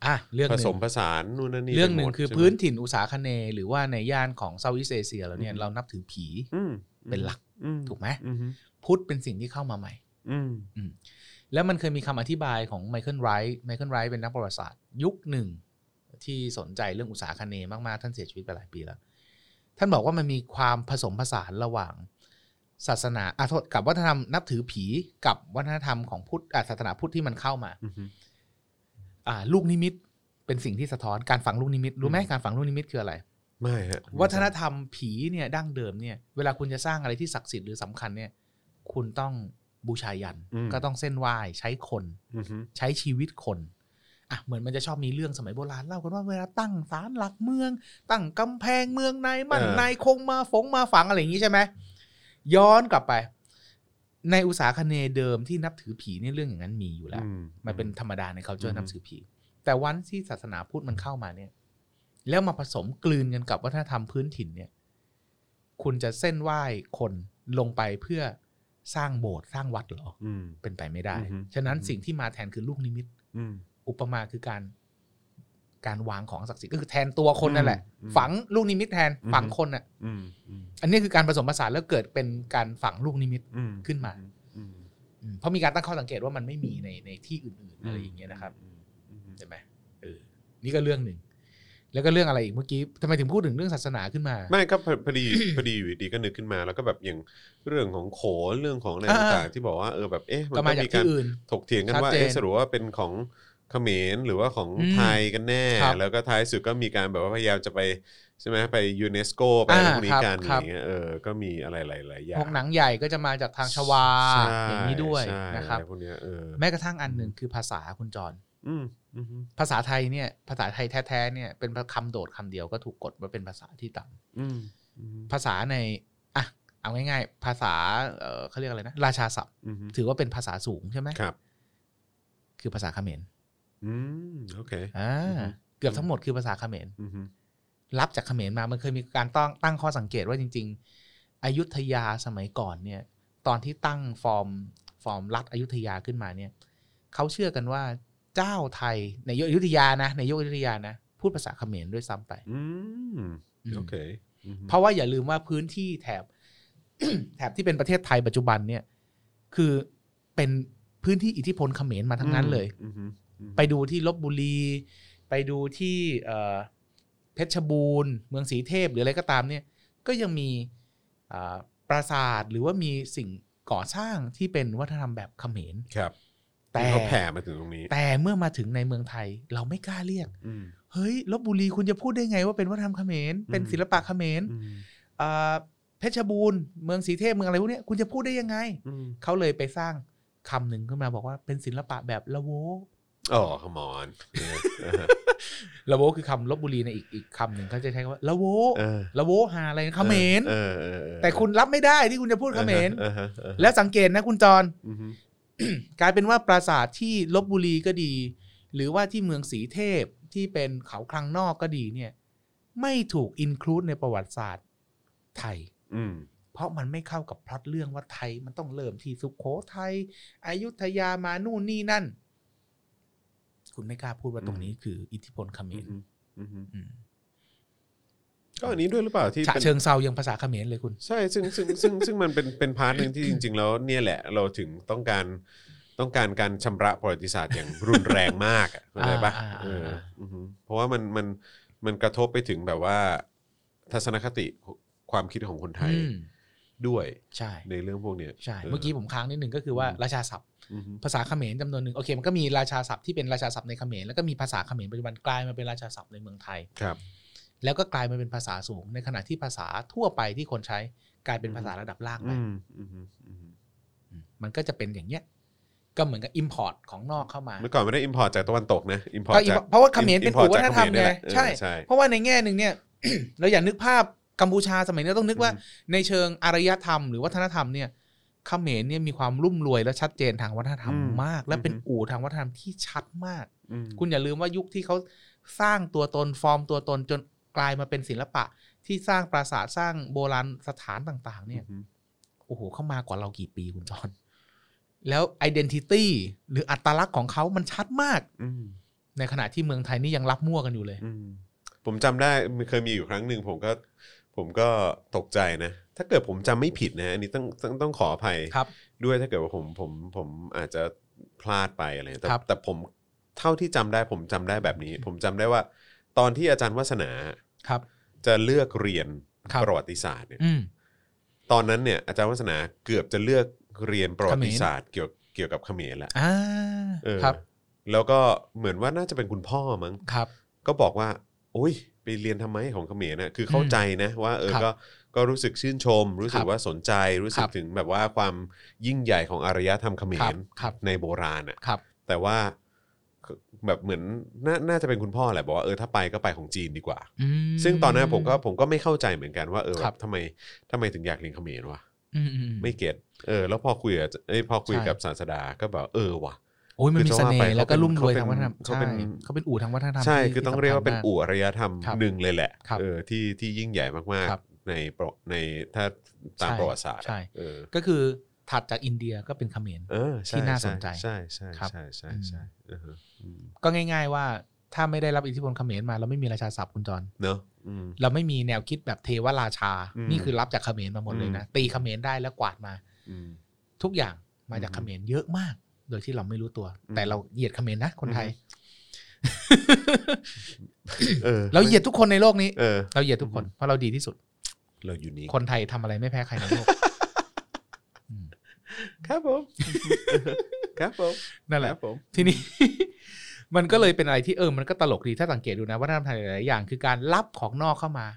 S3: อ่ะเรื่อง
S2: ผ
S3: ห
S2: ส
S3: นึ่
S2: ม
S3: ง
S2: ผสานนู่นนั่นนี่
S3: เรื่องหนึ่ง
S2: ไปมด
S3: คือ
S2: ใช่ไหม
S3: พื้นถิ่นอุตสาคเนย์หรือว่าในย่านของเซาท์อีสเอเชียเราเนี่ย
S2: อืม
S3: เรานับถือผี
S2: อืม
S3: เป็นหลัก
S2: อื
S3: ถูกไหม
S2: อืม
S3: พุทธเป็นสิ่งที่เข้ามาใหม่
S2: อืม
S3: แล้วมันเคยมีคำอธิบายของไมเคิลไรท์ไมเคิลไรท์เป็นนักประวัติศาสตร์ ยุคหนึ่ง ที่สนใจเรื่องอุตสาคเนย์มาก ๆ ท่านเสียชีวิตไปหลายปีแล้ว ท่านบอกว่ามันมีความผสมผสานระหว่าง ศาสนาอาโทษกับวัฒนธรรมนับถือผีกับวัฒนธรรมของพุทธอ่ะศาสนาพุทธที่มันเข้ามา
S2: อืม
S3: อ่า ลูกนิมิตเป็นสิ่งที่สะท้อนการฝังลูกนิมิตรู้ไหม
S2: อืม
S3: การฝังลูกนิมิตคืออะไร
S2: ไม่ฮะ
S3: วัฒนธรรมผีเนี่ยดั้งเดิมเนี่ยเวลาคุณจะสร้างอะไรที่ศักดิ์สิทธิ์หรือสำคัญเนี่ย คุณต้องบูชายันก็ต้องเส้นไหว้ใช้คน
S2: อืม
S3: ใช้ชีวิตคน อ่ะ เหมือนมันจะชอบมีเรื่องสมัยโบราณเล่ากันว่าเวลาตั้งศาลหลักเมือง ตั้งกำแพงเมืองในมันในคงมาฝงมาฝังอะไรอย่างนี้ใช่ไหมย้อนกลับไป ในอุตสาคเนย์เดิมที่นับถือผีเนี่ยเรื่องอย่างนั้นมีอยู่แล้ว
S2: อื
S3: มันเป็นธรรมดาใน
S2: อื
S3: culture
S2: ม
S3: นับถือผี แต่วันที่ศาสนาพุทธมันเข้ามาเนี่ย แล้วมาผสมกลืนกันกับวัฒนธรรมพื้นถิ่นเนี่ย คุณจะเส้นไหว้คนลงไปเพื่อสร้างโบสถ์สร้างวัดเหรอ
S2: อืม
S3: เป็นไปไม่ได้
S2: อือฮึ
S3: ฉะนั้น
S2: อือฮึ
S3: สิ่งที่มาแทนคือลูกนิมิต
S2: อืม
S3: อุปมาคือการการวางของศักดิ์สิทธิ์ก็คือแทนตัวคนนั่นแหละ
S2: อืม
S3: ฝังลูกนิมิตแทน
S2: อืม
S3: ฝังคนอ่ะ
S2: อืมอืม
S3: อันนี้คือการผสมผสานแล้วเกิดเป็นการฝังลูกนิมิต
S2: อืม
S3: ขึ้นมา
S2: อืม
S3: อืมเพราะมีการตั้งข้อสังเกตว่ามันไม่มีในในที่อื่นๆอะไรอย่างเงี้ยนะครับ
S2: มอืม
S3: ใช่ไหมเออนี่ก็เรื่องหนึ่ง แล้วก็เรื่องอะไรอีกเมื่อกี้ทำไมถึงพูดถึงเรื่องศาสนาขึ้นมา
S2: ไม่ก็พอพอดีพอดีอยู่ดีก็นึกขึ้นมาแล้วก็แบบอย่างเรื่องของโขนเรื่องของอะไร
S3: อ่า
S2: ต่างๆที่บอกว่าเออแบบเอ๊ะมัน
S3: ก็
S2: ก็
S3: มาจาก
S2: มีการ
S3: ที่อื่น
S2: ถกเถียงกัน
S3: ชัด
S2: ว่า
S3: เจน
S2: เอ๊ะสรุปว่าเป็นของเขมรหรือว่าของ
S3: อืม
S2: ไทยกันแน่
S3: ครับ
S2: แล้วก็ท้ายสุดก็มีการแบบว่าพยายามจะไปใช่ไหมไปยูเนสโกไป
S3: อ่า
S2: อะไรพวกนี้กันอะ
S3: ครั
S2: ไร
S3: บ
S2: เงี้ยเออก็มีอะไรหลายๆอย่าง
S3: พวกหนังใหญ่ก็จะมาจากทางชวา
S2: ใช่
S3: อย่างนี้ด้วย
S2: ใช่
S3: นะครับ
S2: อไพวกเนี้ยเออ
S3: แม้กระทั่งอันหนึ่งคือภาษาคุณจร
S2: อืมอืม
S3: ภาษาไทยเนี่ยภาษาไทยแท้ๆเนี่ยเป็นคำโดดคำเดียวก็ถูกกดมาเป็นภาษาที่ต่ำ
S2: อืมอืม
S3: ภาษาในอ่ะเอาง่ายๆ ภาษาเอ่อเขาเรียกอะไรนะ ราชาศัพท์
S2: อืม
S3: ถือว่าเป็นภาษาสูงใช่ไหม
S2: ครับ
S3: คือภาษาเขมร
S2: อืมโอเค
S3: อ่า
S2: อือฮึ
S3: เกือบทั้งหมดคือภาษาเขมร
S2: อืม
S3: รับจากเขมรมามันเคยมีการต้องตั้งข้อสังเกตว่าจริง ๆ อยุธยาสมัยก่อนเนี่ย ตอนที่ตั้งฟอร์มฟอร์มรัฐอยุธยาขึ้นมาเนี่ยเขาเชื่อกันว่าเจ้าไทยในยุคอยุธยานะในยุคอยุธยานะ พูดภาษาเขมรด้วยซ้ำไป
S2: อืม
S3: อืม
S2: โอเคอืม
S3: เพราะว่าอย่าลืมว่าพื้นที่แถบ แถบที่เป็นประเทศไทยปัจจุบันเนี่ย คือเป็นพื้นที่อิทธิพลเขมรมาทั้งนั้นเลย
S2: อืมอืมอืม
S3: ไปดูที่ลบบุรี ไปดูที่เอ่อเพชรบูรณ์ เมืองศรีเทพหรืออะไรก็ตามเนี่ย ก็ยังมีอ่าปราสาทหรือว่ามีสิ่งก่อสร้างที่เป็นวัฒนธรรมแบบเขมร
S2: ครับ
S3: แต่
S2: ที่เขาแผ่มาถึงตรงนี้
S3: แต่เมื่อมาถึงในเมืองไทยเราไม่กล้าเรียก
S2: อืม
S3: เฮ้ยลบบุรีคุณจะพูดได้ไงว่าเป็นวัฒนธรรมเขมร เป็นศิลปะเขมร
S2: อืม
S3: อ่าเพชรบูรณ์ เมืองศรีเทพเมืองอะไรพวกเนี้ยคุณจะพูดได้ยังไง
S2: อืม
S3: เขาเลยไปสร้างคำหนึ่งขึ้นมาบอกว่าเป็นศิลปะแบบละโว
S2: อ๋อขมอนเออเออ
S3: ละโวคือคำลบบุรีในอีกอีกคำหนึ่งเขาจะใช้คำว่าละโว
S2: เออ
S3: ละโวหาอะไรนะเขมร
S2: เออเออเออ
S3: แต่คุณรับไม่ได้ที่คุณจะพูดเขมร
S2: อ่าฮะอ่าฮะ
S3: แล้วสังเกตนะคุณจร
S2: อืม
S3: กลายเป็นว่าปราสาทที่ลบบุรีก็ดี หรือว่าที่เมืองสีเทพที่เป็นเขาคลังนอกก็ดีเนี่ย ไม่ถูกอินคลูดในประวัติศาสตร์ไทย
S2: อืม
S3: เพราะมันไม่เข้ากับพล็อตเรื่องว่าไทยมันต้องเริ่มที่สุขโขทัยอยุธยามานู่นนี่นั่น คุณไม่กล้าพูดว่าตรงนี้คืออิทธิพลเขมร
S2: อืมอืม
S3: อืม
S2: ก็อันนี้ด้วยหรือเปล่าที่
S3: ฉะ
S2: เป็น
S3: เชิงเซายังภาษาเขมรเลยคุณ
S2: ใช่ซึ่งซึ่งซึ่งซึ่งมันเป็นเป็นพาร์ทหนึ่งที่จริง ๆ แล้วเนี่ยแหละเราถึงต้องการต้องการการชำระประวัติศาสตร์อย่างรุนแรงมากอะเข้าใจปะ
S3: อ่าอ่าอ่า
S2: เอออือฮึเพราะว่ามันมันมันกระทบไปถึงแบบว่า ทัศนคติความคิดของคนไทย
S3: อืม
S2: ด้วย
S3: ใช่
S2: ในเรื่องพวกเนี้ย
S3: ใช่ เมื่อกี้ผมค้างนิดหนึ่งก็คือว่า
S2: อืม
S3: ราชาศัพท์
S2: อือฮึ
S3: ภาษาเขมรจำนวนหนึ่งโอเคมันก็มีราชาศัพท์ที่เป็นราชาศัพท์ในเขมรแล้วก็มีภาษาเขมรปัจจุบันกลายมาเป็นราชาศัพท์ในเมืองไทย
S2: ครับ
S3: แล้วก็กลายมาเป็นภาษาสูง ในขณะที่ภาษาทั่วไปที่คนใช้กลายเป็นภาษาระดับล่างไป
S2: อืมอืมอืมอืม
S3: อืมมันก็จะเป็นอย่างเนี้ยก็เหมือนกับ import ของนอกเข้ามา
S2: เมื่อก่อนไม่ได้อิมพอร์ตจากตะวันตกนะอิมพอร์ต
S3: ก็
S2: จาก
S3: import เพราะว่าเขมรเป็น
S2: import
S3: อุวัฒนธรรม
S2: จากเขมรนี่
S3: ไง
S2: แหละเออ
S3: ใช่
S2: ใช่
S3: เพราะว่าในแง่หนึ่งเนี่ย เราอย่านึกภาพกัมพูชาสมัยนี้ต้องนึกว่า ในเชิงอารยธรรมหรือวัฒนธรรมเนี่ยเขมรเนี่ยมีความรุ่มรวยและชัดเจนทางวัฒนธรรม
S2: อืม
S3: มาก และเป็น
S2: อือฮึ
S3: อู่ทางวัฒนธรรมที่ชัดมาก
S2: อืม
S3: คุณอย่าลืมว่ายุคที่เขาสร้างตัวตนฟอร์มตัวตนจนกลายมาเป็นศิลปะ ที่สร้างปราสาทสร้างโบราณสถานต่าง ๆ เนี่ยโอ้โหเข้ามากว่าเรากี่ปีคุณจอนแล้วไอดีนิตี้หรืออัตลักษณ์ของเขามันชัดมาก
S2: อืม
S3: ในขณะที่เมืองไทยนี่ยังรับมั่วกันอยู่เลย
S2: อืมผมจำได้เคยมีอยู่ครั้งหนึ่งผมก็ผมก็ตกใจนะ ถ้าเกิดผมจำไม่ผิดนะอันนี้ต้องต้องต้องขออภัย
S3: ครับ
S2: ด้วยถ้าเกิดว่าผมผมผมอาจจะพลาดไปอะไรแต่
S3: ครับ
S2: แต่ผมเท่าที่จำได้ผมจำได้แบบนี้ ผมจำได้ว่า ตอนที่อาจารย์วัฒนา
S3: ครับ
S2: จะเลือกเรียน
S3: ครับ
S2: ประวัติศาสตร์เนี่ย
S3: อืม
S2: ตอนนั้นเนี่ยอาจารย์วัฒนาเกือบจะเลือกเรียนประวัติศาสตร์ เกี่ยวเกี่ยวกับเขมรแล้ว
S3: อ่า
S2: เออ
S3: ครับ
S2: แล้วก็เหมือนว่าน่าจะเป็นคุณพ่อมั้ง
S3: ครับ
S2: ก็บอกว่า โอ้ย ไปเรียนทำไมของเขมรนะคือเข้าใจนะว่าเออ
S3: ครับ
S2: ก็ก็รู้สึกชื่นชม รู้สึก
S3: ครับ
S2: ว่าสนใจรู้สึ
S3: ค
S2: ก
S3: รับ
S2: ถึงแบบว่าความยิ่งใหญ่ของอารยธรรมเขม
S3: ครับ
S2: ร
S3: ครับ
S2: ในโบราณอ่ะ
S3: ครับ
S2: แต่ว่าคือแบบเหมือนนาน่าจะเป็นคุณพ่อแหละบอกว่าเออถ้าไปก็ไปของจีนดีกว่า
S3: อืม
S2: ซึ่งตอนนั้นผมก็ผมก็ไม่เข้าใจเหมือนกันว่าเออ
S3: ครับ
S2: ทำไมทำไมถึงอยากเรียนเขมรวะ
S3: อืมอือื
S2: ไม่เก็ตเออแล้วพอคุยกับเอ้ยพอคุยกับศาสดาก็แบบเออว่ะ
S3: โอ้ยมันมี
S2: คือ
S3: เส
S2: จะว่า
S3: น่
S2: ไป
S3: ห์แล้วก็รุ่มรวยทางวัฒนธรรม
S2: เขา
S3: ใช่
S2: เป็น
S3: เขาเป็นอู่ทางวัฒนธรรม
S2: ใช่
S3: ที่
S2: คือต้อง
S3: ที่สำญ
S2: เรียกว่าเป็น
S3: ม
S2: อู่อารยธรรม
S3: ครับ
S2: หนึ่งเลยแหละ
S3: ครับ
S2: เออที่ที่ยิ่งใหญ่มาก
S3: ครับ
S2: ๆในประในถ้าตาม
S3: ใช่
S2: ประวัติศาสตร์อะ
S3: ใช่
S2: เออ
S3: ก็คือถัดจากอินเดียก็เป็นเขมร
S2: เออช่
S3: ที่น่าสนใจ
S2: ใช่ใช่
S3: ครับ
S2: ใช่ใช่ใช่เออฮะอืม
S3: ก็ง่าย ๆ ว่าถ้าไม่ได้รับอิทธิพลเขมรมาเราไม่มีราชาศัพท์คุณจร
S2: เนอะอืม
S3: เราไม่มีแนวคิดแบบเทวราชา
S2: อืม
S3: นี่คือรับจากเขมรมาหมดเลยนะ ตีเขมรได้แล้วกวาดมา
S2: อืม
S3: ทุกอย่างมาจาก
S2: อื
S3: เข
S2: ม
S3: มรเยอะมาก โดยที่เราไม่รู้ตัว
S2: อืม
S3: แต่เราเหยียดเขมรนะคนไทย
S2: อื เออ
S3: เราเหยียดทุกคนในโลกนี้
S2: เออ
S3: เราเหยียดทุกคนเพราะเราดีที่สุด
S2: เราอยู่นี้
S3: คนไทยทำอะไรไม่แพ้ใครใน โลก อืม
S2: ครับ ผม ครับผม
S3: นั่นแห
S2: ค
S3: ละ
S2: รับผม
S3: ทีนี้ มันก็เลยเป็นอะไรที่เออ มันก็ตลกดีถ้าสังเกตดูนะวัฒนธรรมไทยหลายๆอย่างคือการรับของนอกเข้ามา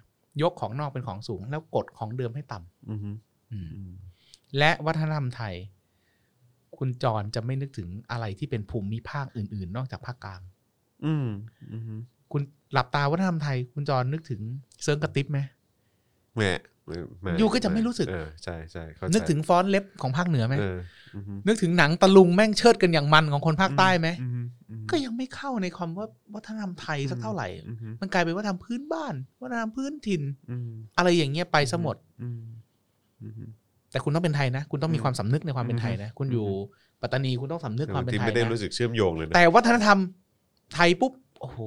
S3: ยกของนอกเป็นของสูง แล้วกดของเดิมให้ต่ำ
S2: อืม
S3: และวัฒนธรรมไทย คุณจรจะไม่นึกถึงอะไรที่เป็นภูมิภาคอื่น ๆ นอกจากภาคกลาง
S2: อืมอืม
S3: คุณหลับตาวัฒนธรรมไทย คุณจรนึกถึงเซิร์งกระติบไหม
S2: แหมแห
S3: อยู่ก็จะไม่รู้สึก
S2: เออใช่ใช่เข้าใจ
S3: นึกถึงฟ้อนเล็บของภาคเหนือไหม
S2: เอออือฮึ
S3: นึกถึงหนังตะลุงแม่งเชิดกันอย่างมันของคนภาคใต้ไหม
S2: อืมอืม
S3: ก็ยังไม่เข้าในความว่าวัฒนธรรมไทยสักเท่าไหร่
S2: อืม
S3: มันกลายเป็นวัฒนธรรมพื้นบ้าน วัฒนธรรมพื้นถิ่น
S2: อืม
S3: อะไรอย่างเงี้ยไปซะหมด
S2: อืมอืมอืม
S3: แต่คุณต้องเป็นไทยนะ คุณต้องมี
S2: อืม
S3: ความสำนึกในความเป็นไทยนะ คุณอยู่
S2: อื
S3: ปัตตานีคุณต้องสำนึกความเป็น
S2: ที่
S3: ไทย
S2: ไม่ได้
S3: นะ
S2: รู้สึกเชื่อมโยงเลยนะ
S3: แต่วัฒนธรรมไทยปุ๊บ โอ้โห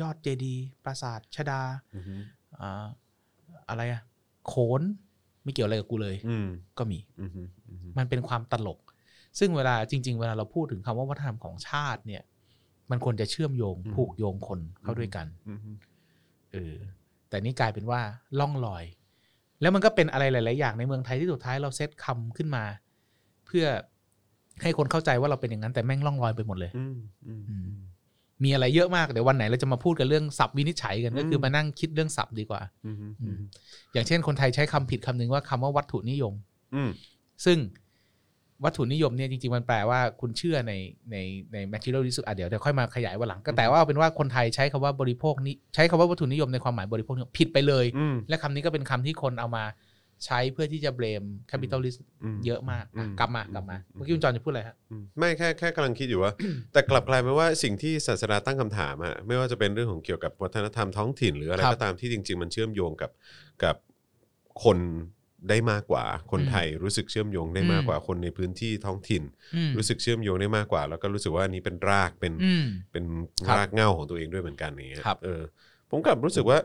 S3: ยอดเจดีย์ปราสาทชดา
S2: อืม
S3: อ่าอะไรอะโขนไม่เกี่ยวอะไรกับกูเลย
S2: อืม
S3: ก็มี
S2: อืมอืม
S3: มันเป็นความตลก ซึ่งเวลาจริง ๆ เวลาเราพูดถึงคำว่าวัฒนธรรมของชาติเนี่ย มันควรจะเชื่อมโยงผูกโยงคนเข้าด้วยกัน
S2: อืม
S3: เออแต่นี่กลายเป็นว่าล่องลอย แล้วมันก็เป็นอะไรหลาย ๆ อย่างในเมืองไทยที่สุดท้ายเราเซตคำขึ้นมา เพื่อให้คนเข้าใจว่าเราเป็นอย่างนั้นแต่แม่งล่องลอยไปหมดเลย
S2: อืมอืมอืม
S3: มีอะไรเยอะมากเดี๋ยววันไหนเราจะมาพูดกันเรื่องศัพท์วินิจฉัยกันก็คือ
S2: ม
S3: มานั่งคิดเรื่องศัพท์ดีกว่า
S2: อืมอืม
S3: อย่างเช่น คนไทยใช้คำผิดคำหนึงว่าคำว่าวัตถุนิยม
S2: อืม
S3: ซึ่งวัตถุนิยมเนี่ยจริง ๆ มันแปลว่าคุณเชื่อในในใน materialism อ่ะเดี๋ยวเดี๋ยวค่อยมาขยายวันหลังก็แต่ว่าเอาเป็นว่าคนไทยใช้คำว่าบริโภคนี้ใช้คำว่าวัตถุนิยมในความหมายบริโภคนิยมผิดไปเลย
S2: อืม
S3: และคำนี้ก็เป็นคำที่คนเอามาใช้เพื่อที่จะเบรมแคปิตอลิสต์เยอะมากอ่ะ
S2: อืม
S3: กลับมา
S2: อืม
S3: กลับมา
S2: อืม
S3: เมื่อกี้คุณจอนจะพูดอะไรฮะ
S2: อืมไม่แค่แค่กำลังคิดอยู่ว่า แต่กลับกลายเป็นว่าสิ่งที่ศาสนาตั้งคำถามอะไม่ว่าจะเป็นเรื่องของเกี่ยวกับวัฒนธรรมท้องถิ่น หรืออะไร
S3: ครับ
S2: ก็ตามที่จริง ๆ มันเชื่อมโยงกับกับคนได้มากกว่า คน
S3: อืม
S2: ไทยรู้สึกเชื่อมโยงได้มากกว่าคนในพื้นที่ท้องถิ่น
S3: อืม
S2: รู้สึกเชื่อมโยงได้มากกว่า แล้วก็รู้สึกว่าอันนี้เป็นรากเป็น
S3: อืม
S2: เป็น
S3: ครับ
S2: รากเหง้าของตัวเองด้วยเหมือนกันอย่างเงี้ย
S3: ครับ
S2: เออผมกลับรู้สึกว่า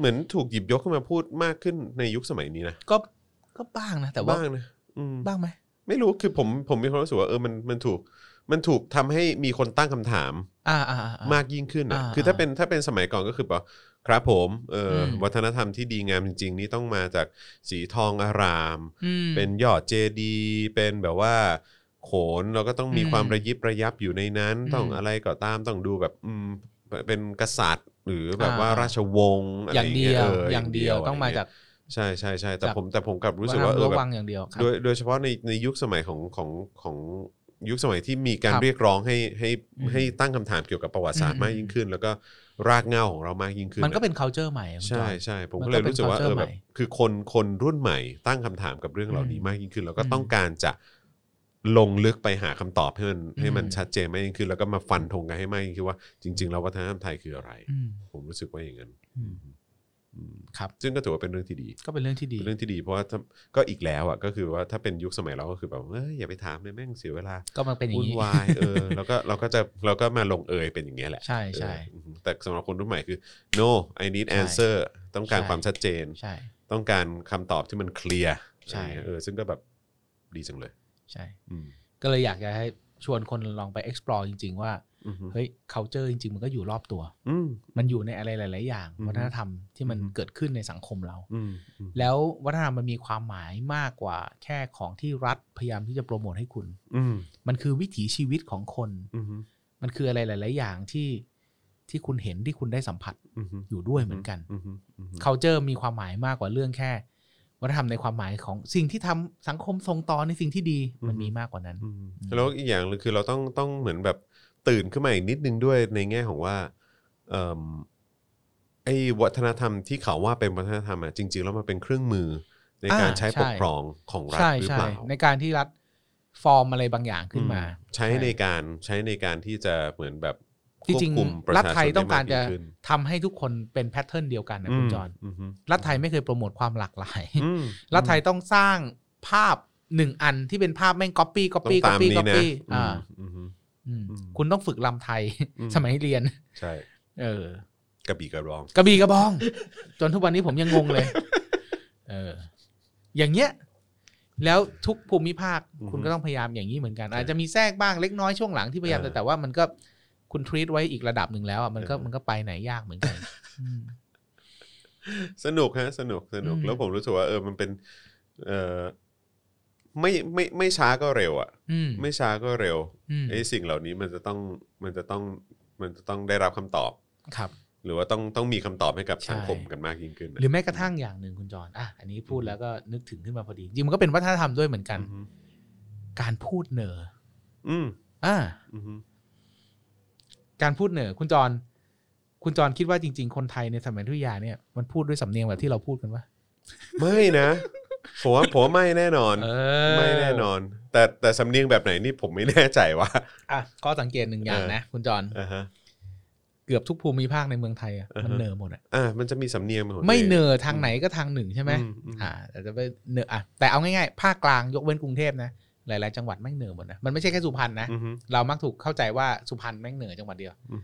S2: เหมือนถูกหยิบยกขึ้นมาพูดมากขึ้นในยุคสมัยนี้นะ
S3: ก็ก็บ้างนะแต่ว่า
S2: บ้างนะอืม
S3: บ้างไหม
S2: ไม่รู้คือผมผมมีความรู้สึกว่าเออมันมันถูกมันถูกทำให้มีคนตั้งคำถาม
S3: อ่าอ่าอ่
S2: มากยิ่งขึ้นนะ
S3: อ่า
S2: คือถ้าเป็นถ้าเป็นสมัยก่อนก็คือแบบครับผมเอออ
S3: ม
S2: วัฒนธรรมที่ดีงามจริง ๆ นี่ต้องมาจากสีทองอาราม
S3: อืม
S2: เป็นยอดเจดีย์เป็นแบบว่า โขนเราก็ต้องมี
S3: อืม
S2: ความระยิบระยับอยู่ในนั้น
S3: อืม
S2: ต้องอะไรก็ตามต้องดูแบบอืมเป็นกษัตริย์ หรือแบบ
S3: อ่า
S2: ว่าราชวงศ์อะไร
S3: อ
S2: อย่าง ย่าง
S3: เดี
S2: เงี้ย
S3: ยว
S2: เออ
S3: อ
S2: อย่าง
S3: เดียว
S2: ะไร
S3: ต้องมาจาก
S2: ใช่ใช่ใช่แต่
S3: จาก
S2: ผมแต่ผมกลับรู้สึกว่าเออ
S3: ระ
S2: แบบ
S3: วังอย่างเดียวครับ
S2: โดยโดยเฉพาะในในยุคสมัยของของของยุคสมัยที่มีการ
S3: ครับ
S2: เรียกร้องให้ให้
S3: อืม
S2: ให้ตั้งคำถามเกี่ยวกับประวัติศาสต
S3: อื
S2: ร์
S3: ม
S2: มากยิ่งขึ้น แล้วก็รากเหง้าของเรามากยิ่งขึ้น
S3: มันก็
S2: อะ
S3: เป็น culture ใหม่คุณจอ
S2: ใช่
S3: น
S2: ใช่ผม
S3: มั
S2: ก็
S3: นก็
S2: เลยรู้สึกว่า
S3: เป็
S2: เอ
S3: น culture
S2: อแบบ
S3: ใหม่
S2: คือคนคนรุ่นใหม่ ตั้งคำถามกับเรื่องเหล่านี้
S3: อืม
S2: มากยิ่งขึ้น แล้วก็
S3: อืม
S2: ต้องการจะลงลึกไปหาคำตอบให้มัน
S3: อืม
S2: ให้มันชัดเจนมากยิ่งขึ้น แล้วก็มาฟันธงกันให้มากยิ่งขึ้นว่าจริง ๆ แล้ววัฒนธรรมไทยคืออะไร
S3: อืม
S2: ผมรู้สึกว่าอย่างนั้น
S3: อืม
S2: อืม
S3: ครับ
S2: ซึ่งก็ถือว่าเป็นเรื่องที่ดี
S3: ก็เป็นเรื่องที่ดี
S2: เป็นเรื่องที่ดีเพราะว่าถ้าก็อีกแล้วอ่ะก็คือว่าถ้าเป็นยุคสมัยเราก็คือแบบเอ้ยอย่าไปถามเลยแม่งเสียเวลา
S3: ก็มันเป็นอย่า
S2: วุ่
S3: ง
S2: น
S3: นี้
S2: วายเออแล้วก็เราก็จะเราก็มาลงเอยเป็นอย่างเงี้ยแหละ
S3: ใช่ใช่
S2: เออแต่สำหรับคนรุ่นใหม่คือ no I need answer ต้องการ
S3: ใช่
S2: ความชัดเจน
S3: ใช่
S2: ต้องการคำตอบที่มันเคลียร์
S3: ใช่
S2: เออซึ่งก็แบบดีจังเลย
S3: ใช่
S2: อืม
S3: ก็เลยอยากจะให้ชวนคนลองไป explore จริง ๆ ว่า
S2: อืม
S3: เฮ้ย culture จริง ๆ มันก็อยู่รอบตัว
S2: อืม
S3: มันอยู่ในอะไรหลาย ๆ อย่าง
S2: อืม
S3: วัฒนธรรมที่มัน
S2: อืม
S3: เกิดขึ้นในสังคมเรา
S2: อืมอืม
S3: แล้ววัฒนธรรมมันมีความหมายมากกว่าแค่ของที่รัฐพยายามที่จะโปรโมทให้คุณ
S2: อืม
S3: มันคือวิถีชีวิตของคน
S2: อืม
S3: มันคืออะไรหลาย ๆ อย่างที่ที่คุณเห็นที่คุณได้สัมผัส
S2: อืมอืม
S3: อยู่ด้วยเหมือนกัน
S2: อืมอืมอืม
S3: culture มีความหมายมากกว่าเรื่องแค่ วัฒนธรรมในความหมายของสิ่งที่ทำสังคมส่งต่อในสิ่งที่ดีมันมีมากกว่านั้น
S2: อืม
S3: อืม
S2: แล้วอีกอย่างหนึงคือเราต้องต้องเหมือนแบบตื่นขึ้นมาอีกนิดนึงด้วยในแง่ของว่าเอิ่มไอ้วัฒนธรรมที่เขาว่าเป็นวัฒนธรรมอ่ะจริง ๆ แล้วมันเป็นเครื่องมือในการใช้ปกครองของรัฐ
S3: ใช่
S2: หรือ
S3: ใช่
S2: เปล่า
S3: ในการที่รัฐฟอร์มอะไรบางอย่างขึ้นมา
S2: อืใช้ในการใช้ในการที่จะเหมือนแบบ
S3: จริง
S2: ควบคุมปะ
S3: ๆ
S2: ชาชน
S3: รัฐไทยต้องการจะ
S2: ได้มยิ่ขึ้น
S3: ทำให้ทุกคนเป็นแพทเทิร์นเดียวกันนะคุณจอน
S2: อืมม
S3: รัฐไทยไม่เคยโปรโมทความหลากหลาย
S2: อืม
S3: รัฐไทยต้องสร้างภาพหนึ่งอันที่เป็นภาพแม่งก๊อปปี้ก๊อปปี้
S2: ต้
S3: ก๊
S2: อง
S3: อ
S2: ตาม
S3: ปปี้
S2: นี้
S3: ก๊อป
S2: นะ
S3: ปี้อ่า
S2: อืมอืม
S3: อืม
S2: อืม
S3: คุณต้องฝึกลำไทย
S2: อืม
S3: สมัยเรียน
S2: ใช่
S3: เออ
S2: กระบี่กระรอง
S3: กระบี่กระบอง จนทุกวันนี้ผมยังงงเลย เออ อย่างเงี้ย แล้วทุกภูมิภาค
S2: อือฮึ
S3: คุณก็ต้องพยายามอย่างนี้เหมือนกัน อาจจะมีแทรกบ้างเล็กน้อยช่วงหลังที่พยายาม
S2: เออ
S3: แต่แต่ว่ามันก็คุณทรีตไว้อีกระดับหนึ่งแล้วอ่ะมันก็
S2: เออ
S3: มันก็ไปไหนยากเหมือนกันอืม
S2: สนุกฮะสนุกสนุก
S3: อืม
S2: แล้วผมรู้สึกว่าเออมันเป็นเออไม่ไม่ไม่ช้าก็เร็วอะ่ะ
S3: อืม
S2: ไม่ช้าก็เร็ว
S3: อืม
S2: ไอ้สิ่งเหล่านี้มันจะต้องมันจะต้องมันจะต้องได้รับคำตอบ
S3: ครับ
S2: หรือว่าต้องต้องมีคำตอบให้กับ
S3: ใช่
S2: สังคมกันมากยิ่งขึ้นนะ
S3: หรือแม้กระทั่งอย่างหนึ่งคุณจรออ่ะอันนี้พูดแล้วก็นึกถึงขึ้นมาพอดีจริงมันก็เป็นวัฒนธรรมด้วยเหมือนกัน
S2: อืม
S3: การพูดเหนอ
S2: อืม
S3: อ่า
S2: อืม
S3: การพูดเหนือคุณจร คุณจรคิดว่าจริง ๆ คนไทยในสมัยทุยาเนี่ยมันพูดด้วยสำเนียงแบบที่เราพูดกันว่า
S2: ไม่นะผมว่าผมว่าไม่แน่นอน ไม่แน่นอน แต่แต่สำเนียงแบบไหนนี่ผมไม่แน่ใจว่า
S3: อ่ะข้อสังเกตหนึ่งอย่าง
S2: เออ
S3: นะ คุณจร
S2: อ่าฮะ
S3: เกือบทุกภูมิภาคในเมืองไทยอ่ะ
S2: อ่าฮะ
S3: มันเหนือหมดอ่ะ
S2: อ่ามันจะมีสำเนียงเป็นของตัวง
S3: ไม่เหนือทางไหนก็ทางหนึ่งใช่ไหม
S2: อือื
S3: อ่าแต่จะไปเหนืออ่ะแต่เอาง่ายๆภาคกลางยกเว้นกรุงเทพนะหลายๆจังหวัดแม่งเหนือหมดนะมันไม่ใช่แค่สุพรรณนะ
S2: อืม
S3: เรามักถูกเข้าใจว่าสุพรรณแม่งเหนือจังหวัดเดียว
S2: อืม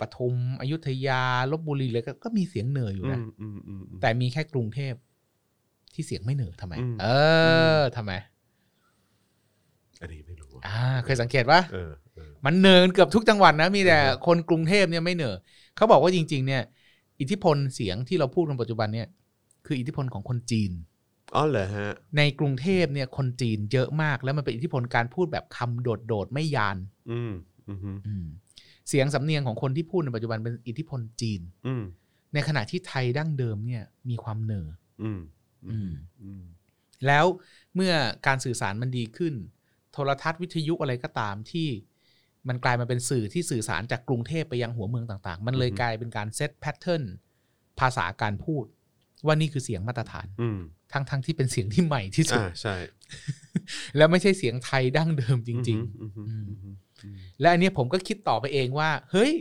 S3: ปทุมอยุธยาลบบุรีเลยก็ก็มีเสียงเหนืออยู่นะ
S2: มอืมอืมอืม
S3: แต่มีแค่กรุงเทพที่เสียงไม่เหนือทำไม
S2: อืม
S3: เออทำไม
S2: อันนี้ไม่รู้อะ
S3: อ่า เคยสังเกตปะ
S2: เออเออ
S3: มันเหนินเกือบทุกจังหวัดนะ มีแต่
S2: อือฮึ
S3: คนกรุงเทพเนี่ยไม่เหนอเขาบอกว่าจริง ๆ เนี่ย อิทธิพลเสียงที่เราพูดกันปัจจุบันเนี่ยคืออิทธิพลของคนจีน
S2: อ๋อเหรอฮะ
S3: ในกรุงเทพเนี่ยคนจีนเยอะมากแล้วมันเป็นอิทธิพลการพูดแบบคำโดดๆไม่ยาน
S2: อืมอืมฮึ
S3: อืมเสียงสำเนียงของคนที่พูดในปัจจุบันเป็นอิทธิพลจีน
S2: อืม
S3: ในขณะที่ไทยดั้งเดิมเนี่ยมีความเหนอ
S2: อืม
S3: อ
S2: อืมอืม
S3: แล้วเมื่อการสื่อสารมันดีขึ้น โทรทัศน์วิทยุอะไรก็ตามที่มันกลายมาเป็นสื่อที่สื่อสารจากกรุงเทพไปยังหัวเมืองต่างๆ มันเลยกลายเป็นการเซตแพทเทิร์นภาษาการพูด ว่านี่คือเสียงมาตรฐาน
S2: อืม
S3: ทั้งๆที่เป็นเสียงที่ใหม่ที่สุด
S2: อ่าใช่
S3: แล้วไม่ใช่เสียงไทยดั้งเดิมจริง ๆ
S2: อืมฮึอืมฮึอืม
S3: และอันเนี้ยผมก็คิดต่อไปเองว่า เฮ้ย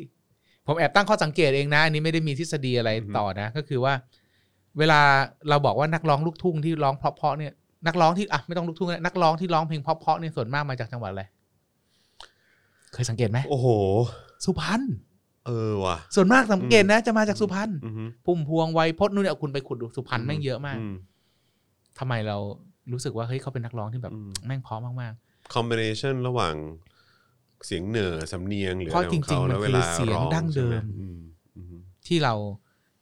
S3: ผมแอบตั้งข้อสังเกตเองนะ อันนี้ไม่ได้มีทฤษฎีอะไรต่อนะ ก็คือว่า เวลาเราบอกว่านักร้องลูกทุ่งที่ร้องเพราะๆเนี่ยนักร้องที่อ่ะไม่ต้องลูกทุ่งก็ได้นักร้องที่ร้องเพลงเพราะๆเนี่ยส่วนมากมาจากจังหวัดอะไรเคยสังเกตไหม
S2: โอ้โห
S3: สุพรรณ
S2: เออว่ะ
S3: ส่วนมากสังเกตนะ จะมาจากสุพรรณ
S2: อืมฮึ
S3: พุ่มพวงไวยพจน์นู่นเนี่ยเอาคุณไปขุดดูสุพรรณแม่งเยอะมาก
S2: ม
S3: ทำไมเรารู้สึกว่าเฮ้ยเขาเป็นนักร้องที่แบบ
S2: อืม
S3: แม่งเพราะมาก
S2: คอมบิเนชันระหว่างเสียงเหนือสำเนียงหรือ
S3: เพราะ
S2: อะไรของ
S3: จริง
S2: เขา
S3: ๆมัน
S2: แล้วเวลา
S3: คือเสียง
S2: ร้อง
S3: ดั้งเดิม
S2: ใช่ไหอืมอืม
S3: ๆ ที่เรา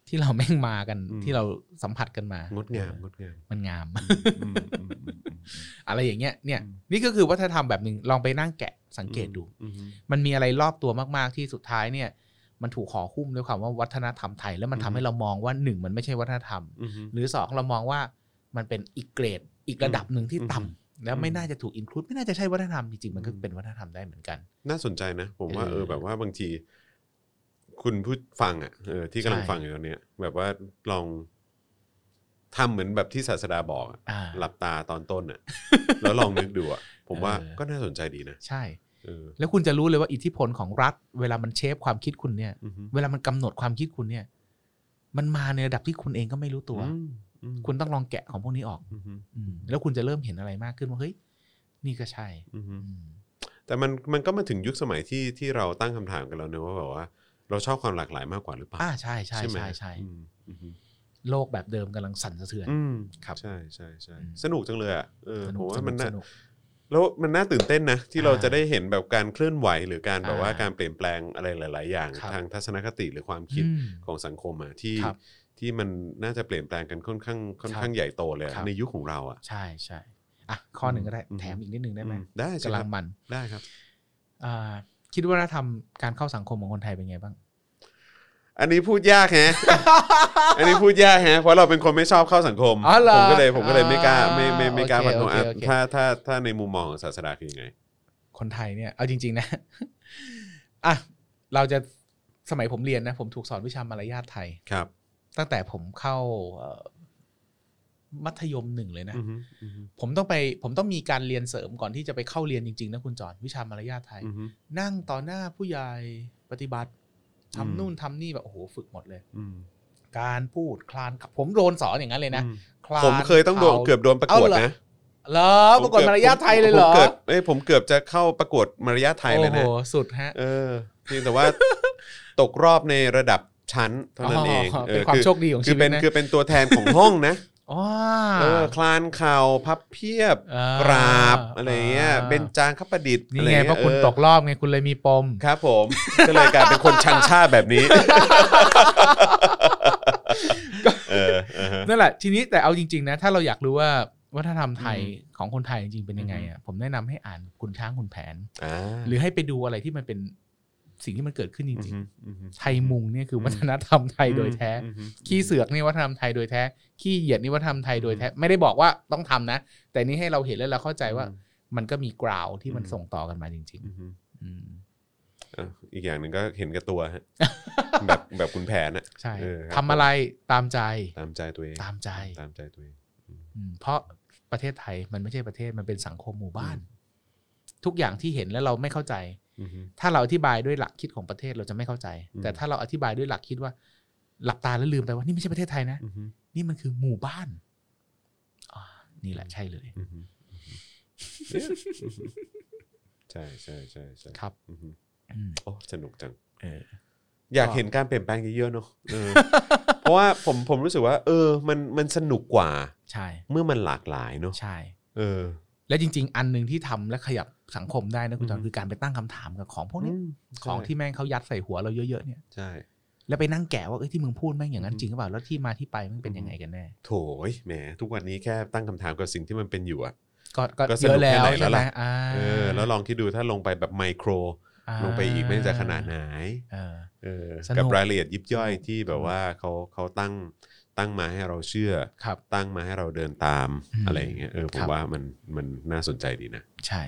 S3: ที่เราแม่งมากัน
S2: อืม
S3: ที่เราสัมผัสกันมาง ง
S2: ดงามงดงาม
S3: มันงาม
S2: อืมอืมอืมอืม
S3: อะไรอย่างเงี้ยเนี่ย
S2: อืม
S3: นี่ก็คือวัฒนธรรมแบบหนึ่งลองไปนั่งแกะสังเกตดู
S2: อืมฮึ
S3: มันมีอะไรรอบตัวมากๆที่สุดท้ายเนี่ย มันถูกขอคุ้มด้วยความว่าวัฒนธรรมไทย แล้วมันทำ
S2: อืม
S3: ให้เรามองว่าหนึ่งมันไม่ใช่วัฒนธรรม
S2: อืมฮึ
S3: หรือสองเรามองว่ามันเป็นอีกเกรดอีกระดับหนึ่งที่ต่ำ
S2: อืม
S3: แล้วไม่
S2: อืม
S3: น่าจะถูกอินคลูดไม่น่าจะใช่วัฒนธรรมจริงๆมันก็
S2: อืม
S3: เป็นวัฒนธรรมได้เหมือนกัน
S2: น่าสนใจนะ ผมว่า
S3: เออ
S2: เออแบบว่าบางที คุณผู้ฟังอ่ะเออที่กำลัง
S3: ใช่
S2: ฟังอยู่ตอนเนี้ย แบบว่าลองทำเหมือนแบบที่ศาสดาบอกอะ
S3: อ่า
S2: หลับตาตอนต้นอ่ะ แล้วลองนึกดูอ่ะผมว่า
S3: เออ
S2: ก็น่าสนใจดีนะ
S3: ใช่
S2: เออ
S3: แล้วคุณจะรู้เลยว่าอิทธิพลของรัฐ เวลามันเชฟความคิดคุณเนี่ย
S2: อืมฮึ
S3: เวลามันกำหนดความคิดคุณเนี่ย มันมาในระดับที่คุณเองก็ไม่รู้ตัว
S2: อืมอืม
S3: คุณต้องลองแกะของพวกนี้ออก
S2: อืมฮึ
S3: อืมแล้วคุณจะเริ่มเห็นอะไรมากขึ้นว่าเฮ้ยนี่ก็ใช่
S2: อืมฮึ
S3: อืม
S2: แต่มันมันก็มาถึงยุคสมัยที่ที่เราตั้งคำถามกันแล้วเนอะว่าแบบว่า เราชอบความหลากหลายมากกว่าหรือเปล่า
S3: อ่าใช่ใช่
S2: ไหม
S3: ใช่ใช่
S2: อืมอืม
S3: โลกแบบเดิมกำลังสั่นสะเทือน
S2: อืม
S3: ครับ
S2: ใช่ใช่ใช่สนุกจังเลยอ่ะเออ
S3: ส
S2: ผ
S3: นุ
S2: ม
S3: กส
S2: ว่า
S3: นุ
S2: มัน
S3: ก
S2: น่า
S3: สนุก
S2: แล้วมันน่าตื่นเต้นนะที่เรา
S3: อ่า
S2: จะได้เห็นแบบการเคลื่อนไหวหรือการแบบว่า
S3: อ่า
S2: การเปลี่ยนแปลงอะไรหลาย ๆ อย่าง
S3: ครับ
S2: ทางทัศนคติหรือความคิด
S3: อืม
S2: ของสังคมอ่ะที่
S3: ครับ
S2: ที่มันน่าจะเปลี่ยนแปลงกันค่อนข้างค่อนข้างใหญ่โตเลยอะ
S3: ครับ
S2: ในยุคของเราอ่ะ
S3: ใช่ใช่อ่ะข้อหนึ่งก็ได้
S2: อืม
S3: แถมอีกนิดนึงได้ไหม
S2: อืได้สิค
S3: กำลั
S2: รับ
S3: งมัน
S2: ได้ครับ
S3: อ่าคิดว่าวัฒนธรรมการเข้าสังคมของคนไทยเป็นไงบ้าง
S2: อันนี้พูดยากแฮะ อันนี้พูดยากแฮะ เพราะเราเป็นคนไม่ชอบเข้าสังคม
S3: อ๋อเหรอ
S2: ผมก็เลยผมก็เลยไม่กล้า
S3: อ่า
S2: ไม่ไม่ไม่กล้า
S3: โอเค
S2: ฟันธงอ่ะ
S3: โอเคโอเค
S2: ถ้าถ้าถ้าในมุมมองของศาสดาคือยังไง
S3: คนไทยเนี่ยเอาจริง ๆ นะ อ่ะเราจะสมัยผมเรียนนะ ผมถูกสอนวิชามารยาทไทย
S2: ครับ
S3: ตั้งแต่ผมเข้าเอ่อมัธยมหนึ่งเลยนะ
S2: อือฮึอือฮึ
S3: ผมต้องไปผมต้องมีการเรียนเสริมก่อนที่จะไปเข้าเรียนจริง ๆ นะคุณจอนวิชามารยาทไทย
S2: อือฮึ
S3: นั่งต่อหน้าผู้ใหญ่ปฏิบัติ
S2: อืม
S3: ทำนู่นทำนี่แบบโอ้โหฝึกหมดเลย
S2: อืม
S3: การพูดคลานผมโดนสอนอย่างนั้นเลยนะ
S2: อืม
S3: คลาน
S2: ผมเคยต้องโดน
S3: ข่า
S2: เกือบโดนประกวด
S3: เอาเหรอ
S2: นะ
S3: เหรอปรากฏ
S2: ผ
S3: มารยาทไทยเลย
S2: ผ
S3: เหร
S2: ม
S3: อ
S2: เกือบเอ้ยผมเกือบจะเข้าประกวดมารยาทไทยเลยนะ
S3: โอ้โหสุดฮะ
S2: เออเพียงแต่ว่า ตกรอบในระดับชั้นเท่านั้นเอง
S3: อ๋อ
S2: ออ
S3: เป็นควา
S2: อ
S3: มโชคดีของ
S2: คือ
S3: ชีวิต
S2: เป็น
S3: นะ
S2: คือเป็นตัวแทนของห้องนะ
S3: อ๋อ
S2: เออคลานเข่าพับเพียบ
S3: อ่าก
S2: ราบอะไรเงี้ย
S3: อ่า
S2: เบญจางคประดิษฐ์
S3: นี่
S2: อ
S3: ไง
S2: เย
S3: เพราะคุณ
S2: ออ
S3: ตกรอบไงคุณเลยมีปม
S2: ครับผม ก็เลยกลายเป็นคนชังชาติแบบนี้ เออเออฮะ
S3: นั่นแหละทีนี้แต่เอาจริง ๆ นะ ถ้าเราอยากรู้ว่าวัฒนธรรมไทย
S2: อืม
S3: ของคนไทยจริงๆเป็นยังไงอ่ะผมแนะนำให้อ่านคุณช้างคุณแผน
S2: อ่า
S3: หรือให้ไปดูอะไรที่มันเป็นสิ่งที่มันเกิดขึ้นจริง
S2: มอืม
S3: ๆ ไทยมุงเนี่ยคือวัฒนธรรมไทยโดยแท้
S2: อืมอืม
S3: ขี้เสือกนี่วัฒนธรรมไทยโดยแท้ ขี้เหยียดนี่วัฒนธรรมไทยโดยแท้ ไม่ได้บอกว่าต้องทำนะ แต่นี่ให้เราเห็นแล้วเราเข้าใจว่ามันก็มีกราวที่มันส่งต่อกันมาจริง
S2: อืมอืม
S3: ๆ อืม
S2: เอออีกอย่างหนึ่งก็เห็นกับตัวฮะ แบบแบบคุณแผนอะ
S3: ใช่
S2: เออครับ
S3: ทำอะไรตามใจ
S2: ตามใจตัวเอง
S3: ตามใจ
S2: ตามใจตัวเอง
S3: อืมเพราะประเทศไทยมันไม่ใช่ประเทศมันเป็นสังคมหมู่บ้าน ทุกอย่างที่เห็นแล้วเราไม่เข้าใจ
S2: อืมอืม
S3: ถ้าเราอธิบายด้วยหลักคิดของประเทศเราจะไม่เข้าใจ
S2: อืม
S3: แต่ถ้าเราอธิบายด้วยหลักคิดว่า หลับตาแล้วลืมไปว่านี่ไม่ใช่ประเทศไทยนะ
S2: อืมอืม
S3: นี่มันคือหมู่บ้านอ่านี่แหละใช่เลย
S2: อืมอืมเนี่ยใช่ใช่ใช่ใช่
S3: ครับ
S2: อืมอืม
S3: อืม
S2: โอ้สนุกจัง
S3: เออ
S2: อยากเห็นการเปลี่ยนแปลงเยอะๆเนอะเอ อ เพราะว่าผมผมรู้สึกว่า เออ มันมันสนุกกว่า
S3: ใช่
S2: เมื่อมันหลากหลายเนอะ
S3: ใช่
S2: เออ
S3: และจริง ๆ อันหนึ่งที่ทำและขยับสังคมได้นะคุณจอ
S2: อื
S3: น
S2: ม
S3: คือการไปตั้งคำถามกับของพวกนี้
S2: อืม
S3: ของ
S2: ใช่
S3: ที่แม่งเขายัดใส่หัวเราเยอะๆเนี่ย
S2: ใช่
S3: แล้วไปนั่งแกะว่าเอ้ยที่มึงพูดแม่งอย่างนั้
S2: อื
S3: น
S2: ม
S3: จริงหรือเปล่าแล้วที่มาที่ไปมันเป็นยังไงกันแน่
S2: โถยแหมทุกวันนี้แค่ตั้งคำถามกับสิ่งที่มันเป็นอยู่อะ
S3: ก็ก็
S2: ก็ส
S3: เย
S2: นุก
S3: อะแล้ว
S2: แค่ไหนแล้
S3: ใช่
S2: ว
S3: ไหม
S2: ล่ะ
S3: อ่า
S2: เออ แล้วลองคิดดูถ้าลงไปแบบไมโคร
S3: า
S2: ลงไปอีกไม่จะขนาดไหน
S3: เออ
S2: เออ
S3: สนุก
S2: กับรายละเอียดยิบย่อยที่แบบว่าเขาเขาตั้งตั้งมาให้เราเชื่อ
S3: ครับ
S2: ตั้งมาให้เราเดินตาม
S3: อืม
S2: อะไรอย่างเงี้ยเออผม
S3: ครับ
S2: ว่ามันมันน่าสนใจดีนะ
S3: ใช่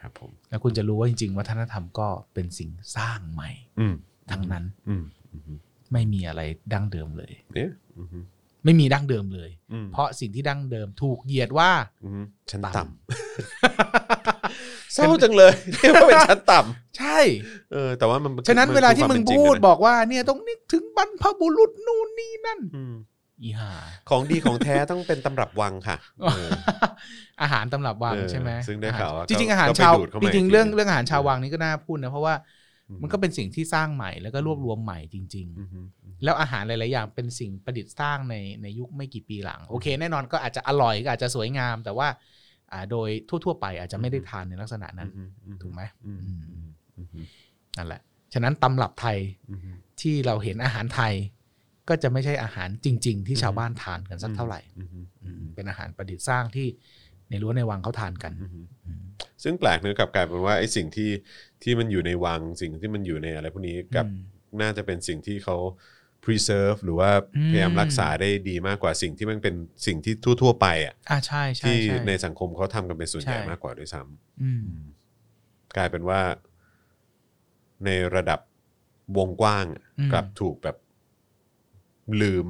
S2: ครับผม
S3: แล้วคุณจะรู้ว่าจริง ๆ วัฒนธรรมก็เป็นสิ่งสร้างใหม่
S2: อืม
S3: ทั้งนั้น
S2: อืมอืมอืม
S3: ไม่มีอะไรดั้งเดิมเลย
S2: เนี่ยอืมอืม
S3: ไม่มีดั้งเดิมเลย
S2: อืม
S3: เพราะสิ่งที่ดั้งเดิมถูกเหยียดว่า
S2: อืมชั้น
S3: ต่
S2: ต่ ำเศร้าจัง เลยเรียกว่าเป็นชั้นต่
S3: ใช่
S2: ำเออแต่ว่ามัน
S3: ฉะนั้น
S2: มั
S3: เวลาที่
S2: คือค
S3: มึง
S2: เป็นจริ
S3: พูด
S2: นะ
S3: บอกว่าเนี่ยต้องนึกถึงบรรพบุรุษนู่นนี่นั่น
S2: อืม
S3: อีห่า
S2: ของดีของแท้ต้องเป็นตำรับวังค่ะเออ
S3: อาหารตำรับวัง
S2: เออ
S3: ใช่ไหม
S2: ซึ่งได้ข่าวว่า
S3: จริง
S2: ก็
S3: ๆอาหาร
S2: ก็ไป
S3: ชาว
S2: ดูดเข้ามา
S3: จ
S2: อีก
S3: ริง
S2: ที
S3: ๆเรื่อง
S2: หนึ่ง
S3: เรื่องอาหารชาว
S2: อืม
S3: วังนี่ก็น่าพูดนะเพราะว่ามันก็เป็นสิ่งที่สร้างใหม่แล้วก็รวบรวมใหม่จริง
S2: อืมอืม
S3: ๆ แล้วอาหารหลายๆอย่างเป็นสิ่งประดิษฐ์สร้างในในยุคไม่กี่ปีหลัง โอเค แน่นอนก็อาจจะอร่อยก็อาจจะสวยงาม แต่ว่าอ่าโดยทั่ว ๆ ไปอาจจะไม่ได้ทานในลักษณะนั้น
S2: อืมอื
S3: ถูกไหม
S2: อืมอืมอืม
S3: นั่นแหละ ฉะนั้นตำรับไทย
S2: อืม
S3: ที่เราเห็นอาหารไทย ก็จะไม่ใช่อาหารจริง ๆ ที่ชาวบ้านทานกันสักเท่าไหร่
S2: อืมอืม
S3: อืมเป็นอาหารประดิษฐ์สร้างที่ในรั้วในวังเขาทานกัน
S2: อืม
S3: อืม
S2: ซึ่งแปลกเนื้อะกลับกลายเป็นว่าไอ้สิ่งที่ที่มันอยู่ในวังสิ่งที่มันอยู่ในอะไรพวกนี้กลับน่าจะเป็นสิ่งที่เขา preserve หรือว่า
S3: อืม
S2: พยายามรักษาได้ดีมากกว่าสิ่งที่มันเป็นสิ่งที่ทั่ว ๆ ไปอ่ะ
S3: อ่าใช่ใช่
S2: ที่
S3: ช่
S2: ในสังคมเขาทำกันเป็นส่วนใหญ่
S3: ใช่
S2: มากกว่าด้วยซ้ำ
S3: อืม
S2: กลายเป็นว่า ในระดับวงกว้างอะกลับถูกแบบลืม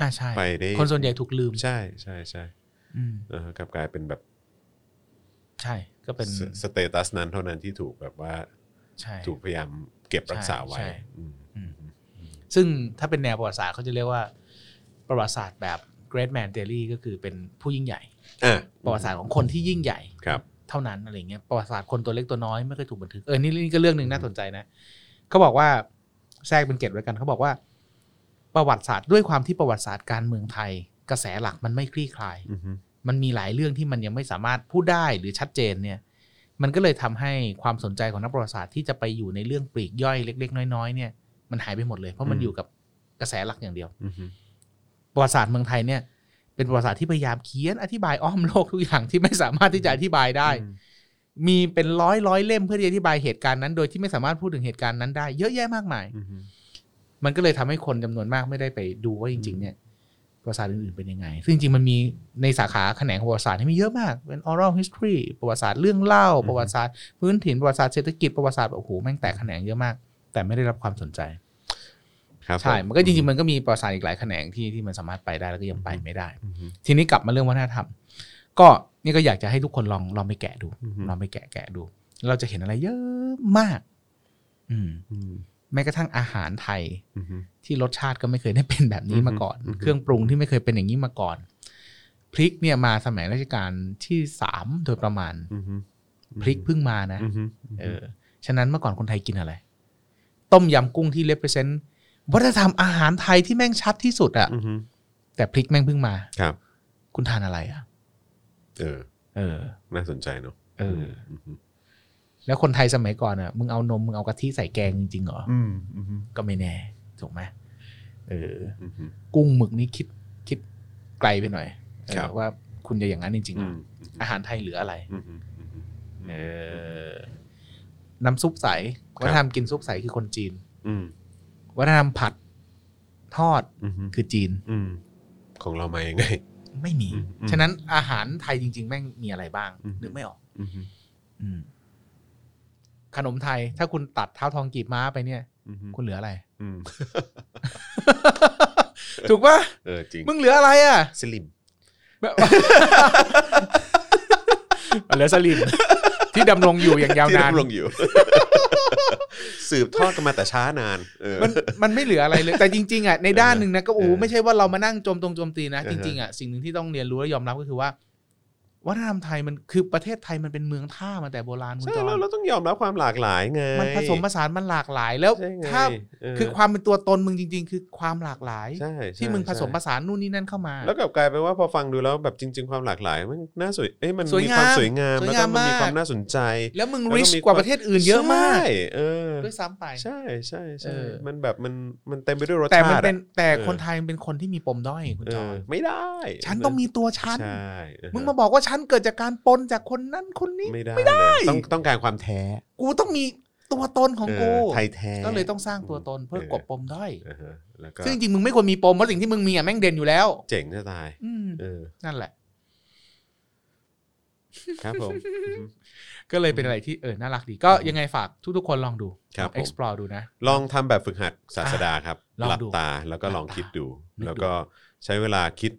S3: อ่าใช่
S2: ไปได้
S3: คนส่วนใหญ่ถูกลืม
S2: ใช่ใช่ใช่
S3: อืม
S2: เออกลับกลายเป็นแบบ
S3: ใช่ ก็เป็น
S2: สเตตัสนั้นเท่านั้นที่ถูกแบบว่า
S3: ใช่
S2: ถูกพยายามเก็บรักษาไว้
S3: ใช่ใช่
S2: อืม
S3: อืมซึ่งถ้าเป็นแนวประวัติศาสตร์เขาจะเรียกว่า ประวัติศาสตร์แบบ Great Man Theory ก็คือเป็นผู้ยิ่งใหญ่
S2: อ่ะ
S3: ประวัติศาสตร์ของคนที่ยิ่งใหญ่
S2: ครับ
S3: เท่านั้นอะไรเงี้ยประวัติศาสตร์คนตัวเล็กตัวน้อยไม่เคยถูกบันทึกเออนี่นี่ก็เรื่องหนึ่งน่าสนใจนะเขาบอกว่าแทรกเป็นเกตไว้กันเขาบอกว่า ประวัติศาสตร์ด้วยความที่ประวัติศาสตร์การเมืองไทย กระแสหลักมันไม่คลี่คลาย
S2: อือฮึ
S3: มันมีหลายเรื่องที่มันยังไม่สามารถพูดได้หรือชัดเจนเนี่ย มันก็เลยทำให้ความสนใจของนักประวัติศาสตร์ที่จะไปอยู่ในเรื่องปลีกย่อยเล็ก ๆ น้อยๆเนี่ยมันหายไปหมดเลยเพราะมันอยู่กับกระแสหลักอย่างเดียว
S2: อือฮึ
S3: ประวัติศาสตร์เมืองไทยเนี่ย เป็นประวัติศาสตร์ที่พยายามเขียนอธิบายอ้อมโลกทุกอย่างที่ไม่สามารถที่จะอธิบายได้ มีเป็นร้อยร้อยเล่มเพื่อที่จะอธิบายเหตุการณ์นั้น โดยที่ไม่สามารถพูดถึงเหตุการณ์นั้นได้ เยอะแยะมากมาย
S2: อือฮึ
S3: มันก็เลยทำให้คนจำนวนมากไม่ได้ไปดูว่าจริง ๆ เนี่ยประวัติศาสตร์อื่นๆเป็นยังไง ซึ่งจริงๆมันมีในสาขาแขนงของประวัติศาสตร์ที่มีเยอะมาก เป็น oral history ประวัติศาสตร์เรื่องเล่า ประวัติศาสตร์พื้นถิ่นประวัติศาสตร์เศรษฐกิจประวัติศาสตร์แบบโอ้โหแม่งแตกแขนงเยอะมาก แต่ไม่ได้รับความสนใจ
S2: ครับ
S3: ใช่ มันก็จริงๆมันก็มีประวัติศาสตร์อีกหลายแขนงที่ที่มันสามารถไปได้แล้วก็ยังไปไม่ได้
S2: อือฮึ
S3: ทีนี้กลับมาเรื่องวัฒนธรรม ก็นี่ก็อยากจะให้ทุกคนลองลองไปแกะดู
S2: อือฮึ
S3: ลองไปแกะแกะดู เราจะเห็นอะไรเยอะมาก อืม
S2: อืม
S3: แม้กระทั่งอาหารไทย
S2: อือฮึ
S3: ที่รสชาติก็ไม่เคยได้เป็นแบบนี้มาก่อน
S2: อือฮึ
S3: เครื่องปรุงที่ไม่เคยเป็นอย่างนี้มาก่อน พริกเนี่ยมาสมัยรัชกาลที่สามโดยประมาณ
S2: อือฮึ
S3: พริกเพิ่งมานะ
S2: อือฮึ
S3: เออ ฉะนั้นเมื่อก่อนคนไทยกินอะไร ต้มยำกุ้งที่ represent วัฒนธรรมอาหารไทยที่แม่งชัดที่สุดอะ
S2: อือฮึ
S3: แต่พริกแม่งเพิ่งมา
S2: ครับ
S3: คุณทานอะไรอะ
S2: เออ
S3: เออ
S2: น่าสนใจเนอะ
S3: เออ
S2: อฮึ
S3: แล้วคนไทยสมัยก่อนอ่ะ มึงเอานม มึงเอากะทิใส่แกงจริงๆเหรอ
S2: อืมอือฮึ
S3: ก็ไม่แน่ ถูกไหมเออ
S2: อือฮึ
S3: กุ้งหมึกนี่คิดคิดไกลไปหน่อยเออ
S2: ครับ
S3: ว่าคุณจะอย่างนั้นจริงๆ
S2: อื
S3: เหรอ
S2: ม
S3: อาหารไทยเหลืออะไร
S2: อือฮึอือฮึ
S3: เออ น้ำซุปใส วัฒนธรรมกินซุปใสคือคนจีน
S2: อืม
S3: วัฒนธรรมผัดทอด
S2: อือฮึ
S3: คือจีน
S2: อืมของเรามายังไง
S3: ไม่มี
S2: อืมอืม
S3: ฉะนั้นอาหารไทยจริง ๆ แม่งมีอะไรบ้าง
S2: อืม
S3: นึกไม่ออก
S2: อือฮึ
S3: อืม ขนมไทย ถ้าคุณตัดเท้าทองกีบม้าไปเนี่ย
S2: อือฮึ
S3: คุณเหลืออะไร
S2: อืม
S3: ถูกปะ
S2: เออจริง
S3: มึงเหลืออะไรอ่ะ
S2: สลิม
S3: เหลือสลิม ที่ดำรงอยู่อย่างยาว
S2: ที่
S3: นาน
S2: ดำ รงอยู่ สืบทอดกันมาแต่ช้านาน เออ
S3: มันมันไม่เหลืออะไรเลย แต่จริ ง ๆอ่ะในด้านหนึ่งนะก็โอ้โห
S2: เออ
S3: ไม่ใช่ว่าเรามานั่งโจมตรงโจมตีนะ
S2: เออ
S3: จ
S2: ฮะ
S3: ริง ๆอ่ะสิ่งหนึ่งที่ต้องเรียนรู้และยอมรับก็คือว่า วัฒนธรรมไทยมันคือประเทศไทยมันเป็นเมืองท่ามาแต่โบราณคุณ
S2: ใช่
S3: จอ
S2: เรา
S3: ห์น
S2: เราต้องยอมรับความหลากหลายไง
S3: มันผสมผสานมันหลากหลายแล้ว
S2: ใช่ไง
S3: ถ้า
S2: เออ
S3: คือความเป็นตัวตนมึงจริง ๆ คือความหลากหลาย
S2: ใช่ใช่
S3: ที่มึงผสมผ
S2: ใช่
S3: สานนู่นนี่นั่นเข้ามา
S2: แล้วกลับกลายเป็นว่าพอฟังดูแล้วแบบจริง ๆ ความหลากหลาย มันน่าสวยเอ้ยมัน
S3: สวย
S2: มี
S3: งา
S2: ค
S3: ม
S2: วามสวยงาม
S3: สวย
S2: แล้วก็
S3: งาม
S2: มันมี
S3: มาก
S2: ความน่าสนใจ
S3: แล้วมึง
S2: แล้วก็
S3: ริช
S2: มี
S3: กว่า
S2: ความ
S3: ประเทศอื่นเยอะมาก
S2: ใช่เออ
S3: ด้วยซ้ำไป
S2: ใช่ใช่
S3: เอ
S2: ใช่
S3: อ
S2: มันแบบมันมันเต็มไปด้วยรส
S3: แต่มัน
S2: ชาติ
S3: เป็น
S2: อะ
S3: แต่
S2: เออ
S3: คนไทยมันเป็นคนที่มีปมด้อยคุณ
S2: เอ
S3: จอ
S2: อ
S3: ห์น
S2: ไม่ได้
S3: ฉันต้องมีตัวฉัน
S2: ใช่เออ
S3: มึงมาบอกว่าฉันเกิดจากการปนจากคนนั้นคนนี้
S2: ไม่ได้เลยต้องต้องการความแท้
S3: กูต้องมีตัวตนของ
S2: เอ
S3: กู
S2: อไทยแท้
S3: ก็เลยต้องสร้างตัวตนเพื่อกลบ
S2: เออ
S3: ปมด้อย
S2: อ่าฮะแล้วก็
S3: ซึ่งจริงๆมึงไม่ควรมีปมเพราะสิ่งที่มึงมีอ่ะแม่งเด่นอยู่แล้ว
S2: เจ๋งจะตาย
S3: อืม
S2: เอ อ
S3: นั่นแหละ
S2: ครับผม
S3: ก็เลยเป็นอะไรที่เออน่ารักดี ก็ยังไงฝากทุกๆคนลองดู
S2: ครับผม
S3: explore ดูนะ
S2: ลองทำแบบฝึกหัดศาสดาครับ
S3: ลอง
S2: หลั
S3: ดู
S2: ตาแล้วก็
S3: หลับ
S2: ลองคิดดู
S3: นึกดู
S2: แล้วก็ใช้เวลาคิด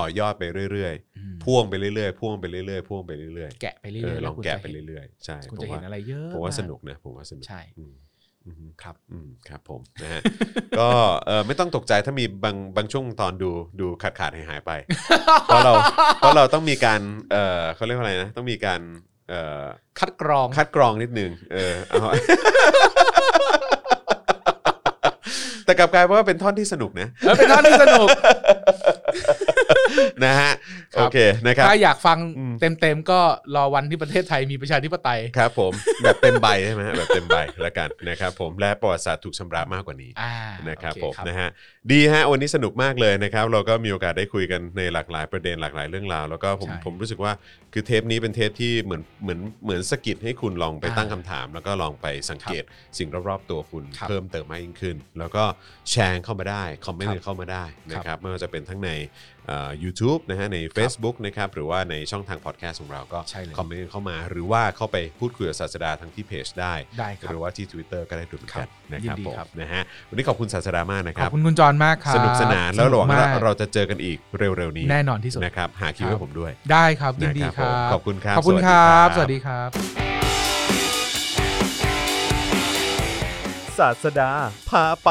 S2: ต่อยอดไปเรื่อย
S3: อืม
S2: ๆ พ่วงไปเรื่อยๆพ่วงไปเรื่อยๆพ่วงไปเรื่อย
S3: แกะไป
S2: ๆ
S3: เรื่
S2: เอ
S3: อย
S2: อ
S3: ๆ
S2: ลอง
S3: คุณ
S2: แกะ
S3: จะ
S2: ไป
S3: เห็น
S2: เรื่อยๆใช่
S3: คุณ
S2: ผ
S3: จะ
S2: ม
S3: เห็
S2: ว่าน
S3: อะไรเยอะ
S2: ผมว่าม
S3: ก
S2: สนุกนะผมว่าสนุก
S3: ใช่
S2: อืมอืม
S3: ครับ
S2: อืมครับผมนะ ฮะ ก็เออไม่ต้องตกใจถ้ามีบางบางช่วงตอนดูดูขาดขาดหายหายๆไป เพราะเราเพราะเราต้องมีการเออเขาเรียกว่าอะไรนะ ต้องมีการเออ
S3: คัดกรอง
S2: คัดกรองนิดนึงเออเอา แต่กลับกลายเป็นว่าเป็นท่อนที่สนุกนะ
S3: แล้วเป็นท่อนที่สนุก
S2: นะฮะ
S3: ครั
S2: โอบ เคนะครับ
S3: ถ้าอยากฟัง
S2: อืม
S3: เต็มๆ ก็รอวันที่ประเทศไทยมีประชาธิปไตย
S2: ครับผม แบบเต็มใบใช่ไหมฮะแบบเต็มใบ แล้วกันนะครับผมและประวัติศาสตร์ถูกชำระมากกว่านี้
S3: อ่า
S2: นะครับ
S3: โอ
S2: ผ
S3: เ
S2: มนะฮะดีฮะวันนี้สนุกมากเลยนะครับเราก็มีโอกาสได้คุยกันในหลากหลายประเด็นหลากหลายเรื่องราวแล้วก็ผม
S3: ใช่
S2: ผมรู้สึกว่าคือเทปนี้เป็นเทปที่เหมือนเหมือนเหมือนสะกิดให้คุณลองไป
S3: อ่า
S2: ตั้งคำถาม แล้วก็ลองไปสังเกตสิ่งรอบๆตัวคุณ
S3: ครับ
S2: เพิ่มเติมมากยิ่งขึ้น แล้วก็แชร์เข้ามาได้คอมเมน
S3: ครั
S2: ต์
S3: บ
S2: เข้ามาได้นะครับไม่ว่าจะเป็นทั้งในยูทูบนะฮะใน Facebook นะครับหรือว่าในช่องทางพอดแคสต์ของเราก็
S3: ใช่เลย
S2: คอมเมนต์เข้ามาหรือว่าเข้าไปพูดคุยกับศาสดาทั้งที่เพจได้
S3: ได้ครับ
S2: หรือว่าที่ Twitter ก็ได้ดูเหมือนกัน
S3: ครับ
S2: นะครับ
S3: ยินดี
S2: ผม
S3: ครับ
S2: นะฮะวันนี้ขอบคุณศาสดามากนะค
S3: ขอ
S2: รั
S3: บบ คุณคุณจรมากครับ
S2: สนุกสนานแล้วหวังว่า
S3: สนุกมก
S2: เราจะเจอกันอีกเร็วๆนี้
S3: แน่นอนที่สุด
S2: นะครับหาคิว
S3: ครั
S2: ให้
S3: บ
S2: ผมด้วย
S3: ได้ครับยินดี
S2: นะค
S3: ค
S2: รั
S3: รั
S2: บบ ผมขอบคุณครับ
S3: ขอบคุณ
S2: ส
S3: ค
S2: วัสดี
S3: รับ
S2: ครับ
S3: สวัสดีครับ
S2: ศาสดาพาไป